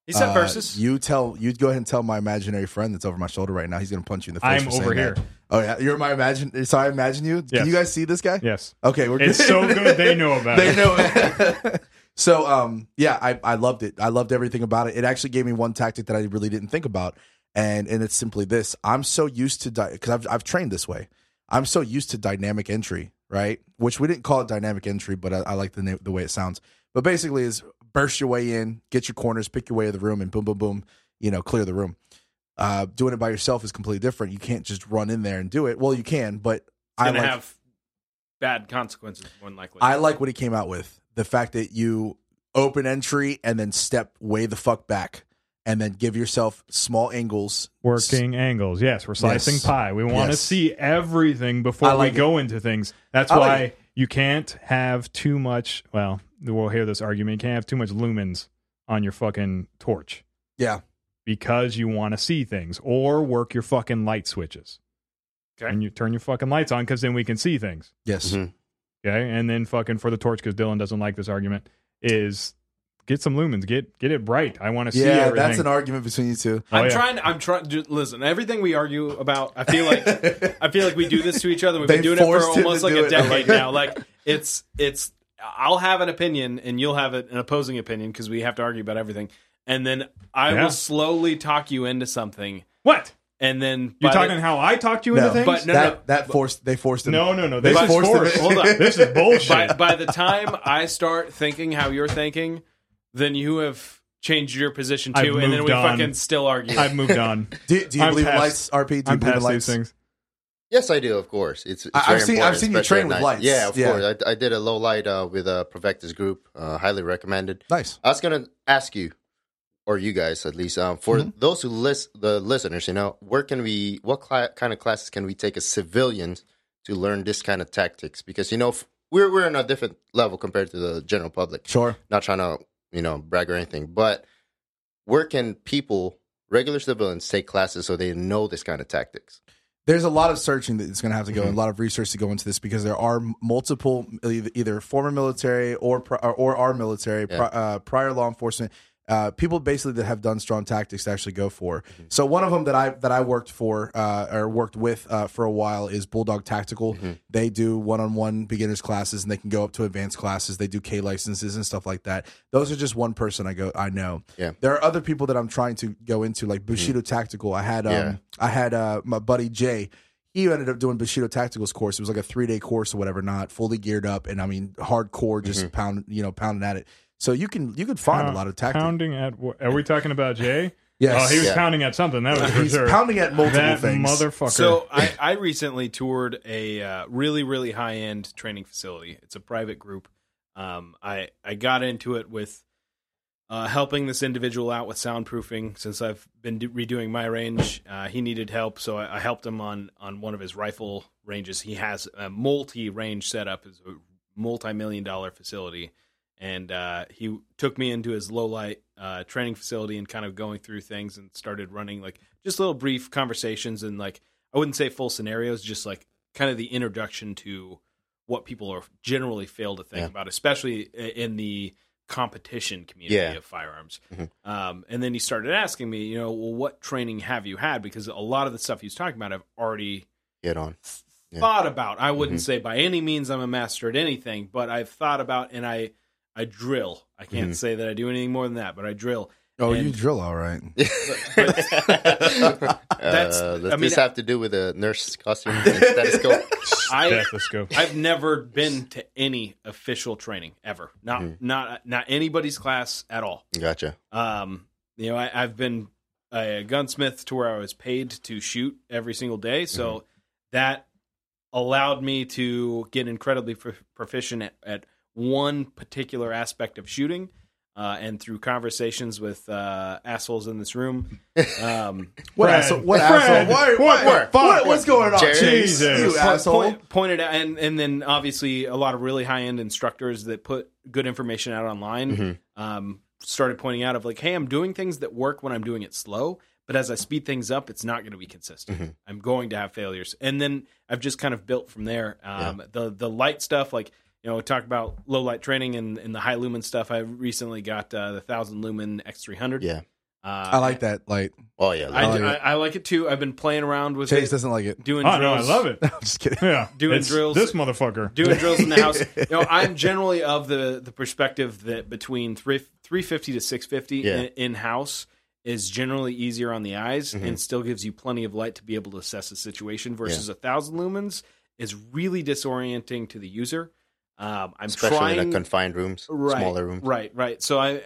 D: He said
A: uh,
D: versus.
A: You tell. You go ahead and tell my imaginary friend that's over my shoulder right now. He's gonna punch you in the face.
C: I'm
A: for saying
C: over
A: that.
C: here.
A: Oh yeah, you're my imagine. So I imagine you.
C: Yes.
A: Can you guys see this guy?
C: Yes,
A: Okay, we're
C: it's so good they know about
A: they
C: it.
A: know it. so um yeah, I, I loved it. I loved everything about it. It actually gave me one tactic that I really didn't think about. And and it's simply this. I'm so used to because I've I've trained this way. I'm so used to dynamic entry, right? Which we didn't call it dynamic entry, but I, I like the name, the way it sounds. But basically, is burst your way in, get your corners, pick your way of the room, and boom, boom, boom, you know, clear the room. Uh, doing it by yourself is completely different. You can't just run in there and do it. Well, you can, but
D: It's
A: I
D: gonna
A: like
D: have bad consequences, more than likely.
A: I like what he came out with. The fact that you open entry and then step way the fuck back and then give yourself small angles.
C: Working angles. Yes, we're slicing
A: Yes.
C: pie. We want to
A: Yes.
C: see everything before
A: I like
C: we go into things. That's
A: I like
C: why you can't have too much. Well, we'll hear this argument. You can't have too much lumens on your fucking torch
A: Yeah.
C: because you want to see things or work your fucking light switches.
D: Okay.
C: And you turn your fucking lights on because then we can see things.
A: Yes.
C: Mm-hmm.
E: Mhm.
C: Okay. And then fucking for the torch because Dylan doesn't like this argument is get some lumens. Get get it bright. I want to see
A: Yeah,
C: everything.
A: that's an argument between you two.
C: Oh,
D: I'm
C: yeah.
D: trying. I'm trying. dude, Listen, everything we argue about, I feel like I feel like we do this to each other. We've
A: They
D: been doing it for
A: forced him
D: almost
A: to
D: like
A: do
D: a
A: it. I like
D: decade
A: it.
D: now. Like it's it's. I'll have an opinion, and you'll have an opposing opinion because we have to argue about everything. And then I
C: Yeah.
D: will slowly talk you into something,
C: what?
D: and then
C: You're
D: by
C: talking
D: the-
C: how I talked you
A: No,
C: into things?
A: but
D: But
A: no,
D: no,
A: that,
D: no.
A: that forced they forced him.
C: No, no, no.
A: They
C: This is
A: forced him.
C: forced.
D: Hold on.
C: This is bullshit.
D: by, by the time I start thinking how you're thinking, then you have changed your position
C: I've
D: too, and then
C: moved
D: we
C: on.
D: fucking still argue.
C: I've moved on.
A: Do, do you
C: I'm
A: believe in lights,
C: past-
A: RP? Do you
C: I'm
A: believe in
C: past these
A: lights?
C: things.
E: Yes, I do. Of course, it's. it's
A: I- I've
E: very
A: seen- I've
E: important,
A: seen you
E: especially
A: train
E: at
A: with
E: night.
A: lights.
E: Yeah, of
A: Yeah.
E: course. I, I did a low light uh, with a Provectus group. Uh, highly recommended.
A: Nice.
E: I was gonna ask you, or you guys at least, um, for those who list the listeners, you know, where can we, what cla- kind of classes can we take as civilians to learn this kind of tactics? Because you know, f- we're we're on a different level compared to the general public
A: Sure.
E: not trying to you know brag or anything, but where can people, regular civilians, take classes so they know this kind of tactics?
A: there's a lot of searching that's going to have to go, and a lot of research to go into this because there are m- multiple e- either former military or pri- or, or our military pri-
E: Yeah.
A: uh, prior law enforcement uh, people basically that have done strong tactics to actually go for.
E: Mm-hmm.
A: So one of them that I that I worked for uh, or worked with uh, for a while is Bulldog Tactical.
E: Mm-hmm.
A: They do one on one beginners classes, and they can go up to advanced classes. They do K licenses and stuff like that. Those are just one person I go I know.
E: Yeah. Mm-hmm.
A: There are other people that I'm trying to go into like Bushido Tactical. I had um,
E: Yeah.
A: I had uh, my buddy Jay. He ended up doing Bushido Tactical's course. It was like a three day course or whatever, not fully geared up, and I mean hardcore,
E: Mm-hmm.
A: just pound you know pounding at it. So you can you can find a lot of tactics.
C: Pounding at. wh- Are we talking about Jay?
A: Yes.
C: Oh, he was
E: Yeah.
C: pounding at something. That was for
A: He's
C: sure.
A: pounding at multiple
C: that
A: things.
C: motherfucker.
D: So I, I recently toured a uh, really really high end training facility. It's a private group. Um, I I got into it with uh, helping this individual out with soundproofing since I've been do- redoing my range. Uh, he needed help, so I, I helped him on on one of his rifle ranges. He has a multi range setup, is a multi million dollar facility, and uh, he took me into his low light uh, training facility and kind of going through things and started running like just little brief conversations and like I wouldn't say full scenarios, just like kind of the introduction to what people are generally fail to think
E: Yeah.
D: about, especially i- in the competition community
E: Yeah. Mm-hmm.
D: of firearms. Um, and then he started asking me, you know, well, what training have you had? Because a lot of the stuff he was talking about, I've already
E: Get on. Yeah.
D: thought about. I wouldn't say by any means I'm a master at anything, but I've thought about and I I drill. I can't say that I do anything more than that, but I drill.
A: oh,
D: And-
A: you drill all right.
E: That's,
D: I
E: uh, does
D: mean-
E: this have to do with a nurse costume and stethoscope?
D: I
C: Stethoscope.
D: I've never been to any official training ever. Not not not anybody's class at all.
E: gotcha.
D: Um, you know, I, I've been a gunsmith to where I was paid to shoot every single day, so that allowed me to get incredibly pro- proficient at, at one particular aspect of shooting. Uh, and through conversations with uh, assholes in this room, um,
A: What
C: Fred.
A: asshole? What
C: Fred.
A: asshole? What? What?
E: What?
A: What? what's going on?
E: Jerry.
A: Chase?
C: Jesus.
A: You asshole.
D: Point, pointed out, and, and then obviously a lot of really high end instructors that put good information out online
A: Mm-hmm.
D: um, started pointing out of like, hey, I'm doing things that work when I'm doing it slow, but as I speed things up, it's not going to be consistent.
A: Mm-hmm.
D: I'm going to have failures, and then I've just kind of built from there. Um, The the light stuff, like you know, we talked about low light training and, and the high lumen stuff. I recently got uh, the thousand lumen X300.
E: Yeah.
D: uh,
A: I like that. Like
E: Oh yeah.
D: I,
A: Oh,
D: I,
A: yeah.
D: I like it too. I've been playing around with
A: Chase
D: it,
A: doesn't like it.
D: doing
C: Oh, no, I
D: drills
C: love it.
A: I'm just kidding.
C: Yeah.
D: Doing
C: It's
D: drills.
C: This motherfucker.
D: doing drills in the house. You know, I'm generally of the the perspective that between three three fifty to six fifty
E: Yeah.
D: in, in house is generally easier on the eyes
E: Mm-hmm.
D: and still gives you plenty of light to be able to assess the situation. Versus a thousand lumens is really disorienting to the user. Um, I'm
E: Especially
D: trying
E: in a confined rooms,
D: right,
E: smaller rooms.
D: Right, right. So I,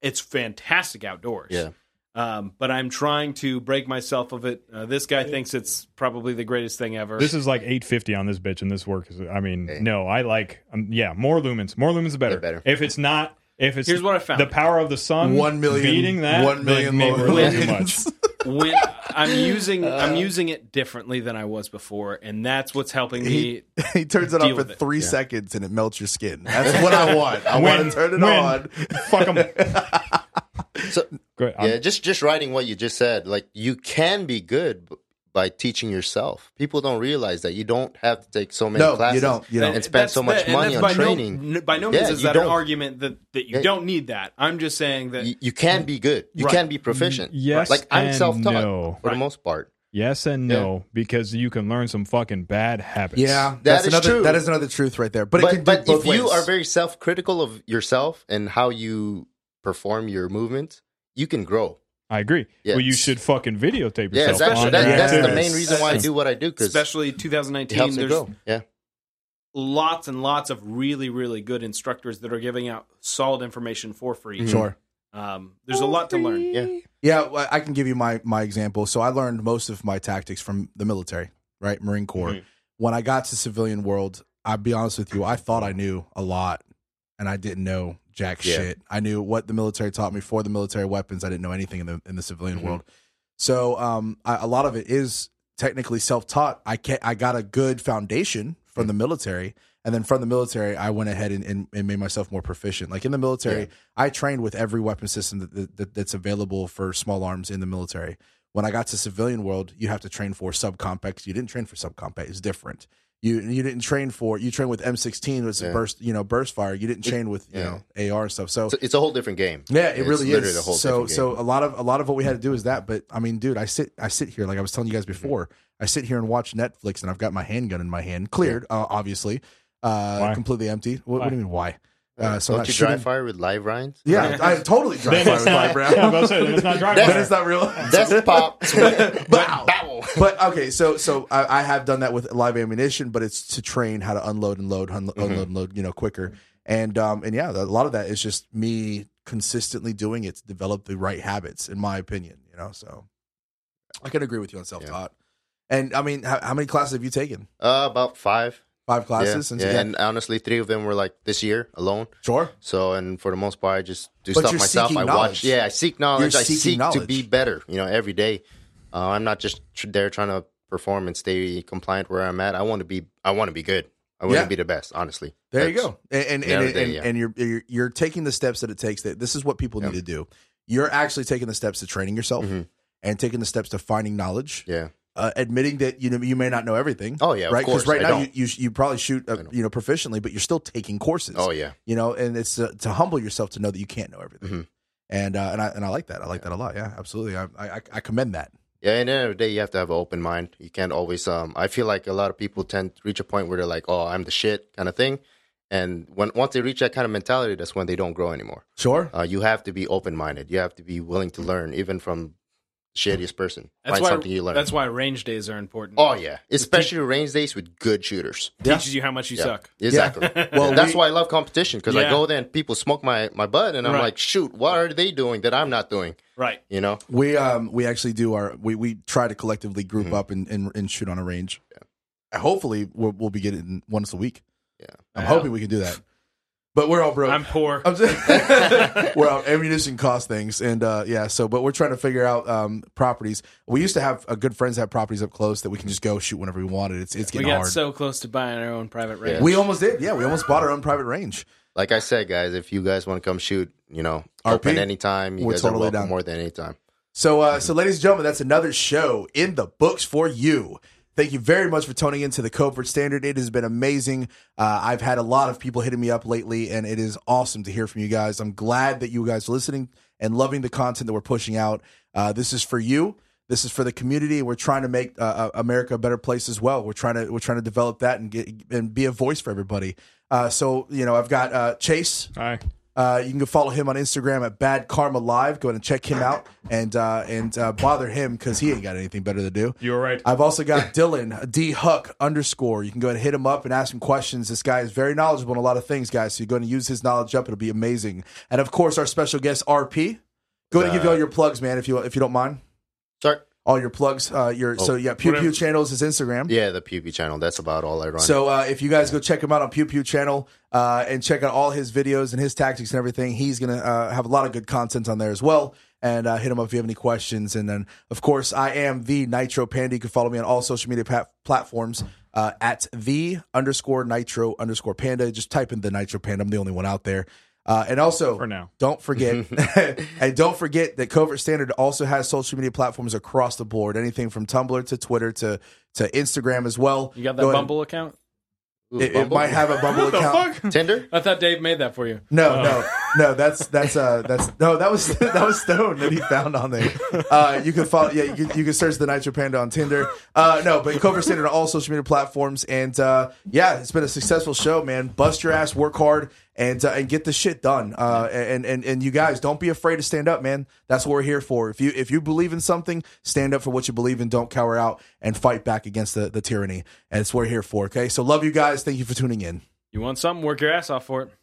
D: it's fantastic outdoors.
E: Yeah.
D: Um, but I'm trying to break myself of it. Uh, this guy thinks it's probably the greatest thing ever.
C: This is like 850 on this bitch, and this work is. I mean,
E: Okay.
C: no, I like. Um, yeah, more lumens. More lumens the better.
E: The better.
C: If it's not, if it's
D: Here's what I found.
C: the power of the sun,
A: One million.
C: beating that,
A: One million.
C: then maybe
A: lower
C: we're
D: lumens.
C: too much.
D: when I'm using
E: Uh,
D: I'm using it differently than I was before, and that's what's helping me.
A: He, he turns it
D: Deal
A: on for
D: with it.
A: three seconds and it melts your skin. That's what I want. I want
C: Win.
A: to turn it
C: Win.
A: on.
C: Fuck them.
E: So
C: Good.
E: yeah, just just writing what you just said. Like you can be good b- by teaching yourself. People don't realize that you don't have to take so many
A: No, you
E: classes.
A: don't. You don't.
E: And spend so
D: that's
E: much
D: the- and
E: money on
D: that's by no-
E: training.
D: n- by no means
E: Yeah,
D: is
E: you
D: that an
E: don't-
D: argument that that you
E: Yeah.
D: don't need that. I'm just saying that
E: You, you can be good. You
D: Right.
E: can be proficient.
C: Yes
E: Like I'm
C: and
E: self-taught
C: no.
E: for the most part.
C: Yes and no, because you can learn some fucking bad habits.
A: Yeah,
E: That
A: that's
E: is
A: another.
E: true.
A: That is another truth right there. But, it
E: But
A: can
E: but
A: do both
E: if you
A: ways.
E: are very self-critical of yourself and how you perform your movements, you can grow.
C: I agree.
E: Yeah.
C: Well, you should fucking videotape
E: Yeah,
C: yourself.
E: exactly.
C: on
E: That,
C: your
E: That's the
C: activities.
E: main reason why I do what I do because it
D: especially
E: helps
D: 2018,
E: me
D: there's
E: grow. Yeah.
D: lots and lots of really really good instructors that are giving out solid information for free.
E: Mm-hmm.
A: sure.
D: Um, there's a lot to learn.
E: Yeah.
A: Yeah, well, I can give you my my example. So I learned most of my tactics from the military, right? Marine Corps. When I got to civilian world, I'll be honest with you, I thought I knew a lot and I didn't know jack
E: Yeah.
A: shit. I knew what the military taught me for the military weapons. I didn't know anything in the in the civilian
E: Mhm.
A: world. So um I, a lot of it is technically self-taught. I can I got a good foundation from
E: Mm.
A: the military and then from the military I went ahead and, and, and made myself more proficient. Like in the military,
E: Yeah.
A: I trained with every weapon system that, that, that that's available for small arms in the military. When I got to civilian world, you have to train for subcompacts. You didn't train for subcompact; it's different. You you didn't train for you train with M16 was
E: Yeah.
A: a burst you know burst fire. You didn't train with you
E: Yeah.
A: know AR and stuff. So,
E: So it's a whole different game.
A: yeah, it
E: It's
A: really
E: literally
A: is.
E: a whole
A: so
E: different game.
A: so a lot of a lot of what we had to do is that. But I mean, dude, I sit I sit here like I was telling you guys
E: Mm-hmm.
A: before. I sit here and watch Netflix, and I've got my handgun in my hand, cleared, uh, obviously, uh,
C: Why?
A: completely empty. What, what do you mean why? Uh, so I'm
E: Don't
A: not
E: you
A: shooting-
E: dry fire with live rounds?
A: Yeah, I totally dry
C: Then
A: fire with
C: it's
A: my
C: not.
A: brow.
C: Yeah, I was about to say, then it's not dry
A: Then
C: fire.
A: it's not real.
E: That's pop.
A: Bow.
E: Bow.
A: but okay, so so I, I have done that with live ammunition, but it's to train how to unload and load, unlo-
E: Mm-hmm.
A: unload and load, you know, quicker. And um and yeah, a lot of that is just me consistently doing it to develop the right habits, in my opinion. You know, so I can agree with you on self taught. And I mean, how, how many classes have you taken?
E: Uh, about five
A: Five classes
E: Yeah,
A: since
E: yeah,
A: you got-
E: and honestly, three of them were like this year alone.
A: sure.
E: So, and for the most part, I just do
A: But
E: stuff
A: you're
E: myself.
A: seeking
E: I
A: knowledge.
E: watch. Yeah, I seek knowledge.
A: You're
E: I
A: seeking
E: seek to
A: knowledge.
E: be better. You know, every day. Uh, I'm not just tr- there trying to perform and stay compliant where I'm at. I want to be. I want to be good. I want
A: Yeah.
E: to be the best. Honestly,
A: There you
E: That's-
A: go. And and
E: the other
A: and,
E: day,
A: and,
E: yeah.
A: and you're, you're you're taking the steps that it takes. That this is what people need to do. You're actually taking the steps to training yourself
E: Mhm.
A: and taking the steps to finding knowledge.
E: Yeah.
A: Uh, admitting that you know you may not know everything.
E: Oh, yeah, of
A: right.
E: course,
A: right
E: I
A: now you,
E: don't.
A: you you probably shoot uh,
E: I don't.
A: you know proficiently, but you're still taking courses.
E: Oh yeah.
A: You know, and it's uh, to humble yourself to know that you can't know everything.
E: Mhm.
A: And uh, and I and I like that. I like that a lot. Yeah, absolutely. I I, I commend that.
E: Yeah, and at the end of the day, you have to have an open mind. You can't always. Um, I feel like a lot of people tend to reach a point where they're like, "Oh, I'm the shit," kind of thing. And when once they reach that kind of mentality, that's when they don't grow anymore.
A: Sure.
E: Uh, you have to be open minded. You have to be willing to learn, even from shittiest person.
D: That's
E: Find
D: why
E: something you learn.
D: that's why range days are important.
E: oh yeah, especially range days with good shooters.
D: Teaches you how much you
E: Yeah,
D: suck.
E: Exactly.
A: Well,
E: well, that's
A: we-
E: why I love competition because I
D: Yeah.
E: go there and people smoke my my butt, and I'm
D: Right.
E: like, shoot, what are they doing that I'm not doing?
D: Right.
E: You know. Mm-hmm.
A: We um we actually do our we we try to collectively group up and, and and shoot on a range. hopefully we'll, we'll be getting once a week.
E: Yeah.
A: I'm
D: Yeah.
A: hoping we can do that. But we're all broke.
D: I'm poor.
A: I'm just, we're out ammunition cost things, and uh, yeah. So, but we're trying to figure out um, properties. We used to have uh, good friends that have properties up close that we can just go shoot whenever we wanted. It's it's
D: We
A: getting
D: got
A: hard.
D: so close to buying our own private range.
E: Yeah.
A: we almost did, yeah. We almost bought our own private range.
E: Like I said, guys, if you guys want to come shoot, you know,
A: RP,
E: open anytime. You
A: we're
E: guys
A: totally
E: are welcome
A: down.
E: more than anytime.
A: So, uh, so ladies and gentlemen, that's another show in the books for you. Thank you very much for tuning into the Covert Standard. It has been amazing. Uh, I've had a lot of people hitting me up lately, and it is awesome to hear from you guys. I'm glad that you guys are listening and loving the content that we're pushing out. Uh, this is for you. This is for the community. We're trying to make uh, uh, America a better place as well. We're trying to we're trying to develop that and get and be a voice for everybody. Uh, so you know, I've got uh, Chase
C: Hi.
A: uh, you can go follow him on Instagram at Bad Karma Live. Go ahead and check him out and uh, and uh, bother him because he ain't got anything better to do.
C: You all right?
A: I've also got Dylan D Huck underscore. You can go ahead and hit him up and ask him questions. This guy is very knowledgeable in a lot of things, guys. So you're going to use his knowledge up. It'll be amazing. And of course, our special guest RP. Go ahead and give you all your plugs, man, if you if you don't mind.
E: Sorry.
A: All your plugs. Uh, your
C: Oh,
A: so yeah, Pew Pew
D: whatever.
A: channels is Instagram.
E: Yeah, the PB channel. That's about all I run.
A: So uh, if you guys go check him out on Pew Pew channel uh, and check out all his videos and his tactics and everything, he's gonna uh, have a lot of good content on there as well. And uh, hit him up if you have any questions. And then, of course, I am the Nitro Panda. You can follow me on all social media pat- platforms uh, at the underscore Nitro underscore Panda. Just type in the Nitro Panda. I'm the only one out there. Uh, and also,
C: For now.
A: don't forget, and don't forget that Covert Standard also has social media platforms across the board. Anything from Tumblr to Twitter to to Instagram as well.
D: You got that
A: Go ahead and-
D: Bumble account?
E: Ooh,
A: it, it
E: Bumble?
A: might have a Bumble account.
E: Tinder.
D: I thought Dave made that for you.
A: No, no, no. That's that's uh that's no. That was that was Stone that he found on there. Uh, you can follow. Yeah, you can, you can search the Nitro Panda on Tinder. Uh, no, but Covert Standard on all social media platforms. And uh, yeah, it's been a successful show, man. Bust your ass, work hard, and uh, and get the shit done. Uh, and and and you guys, don't be afraid to stand up, man. That's what we're here for. If you if you believe in something, stand up for what you believe in. Don't cower out and fight back against the the tyranny. And it's what we're here for. Okay, so love you guys. Thank you for tuning in.
D: You want something? Work your ass off for it.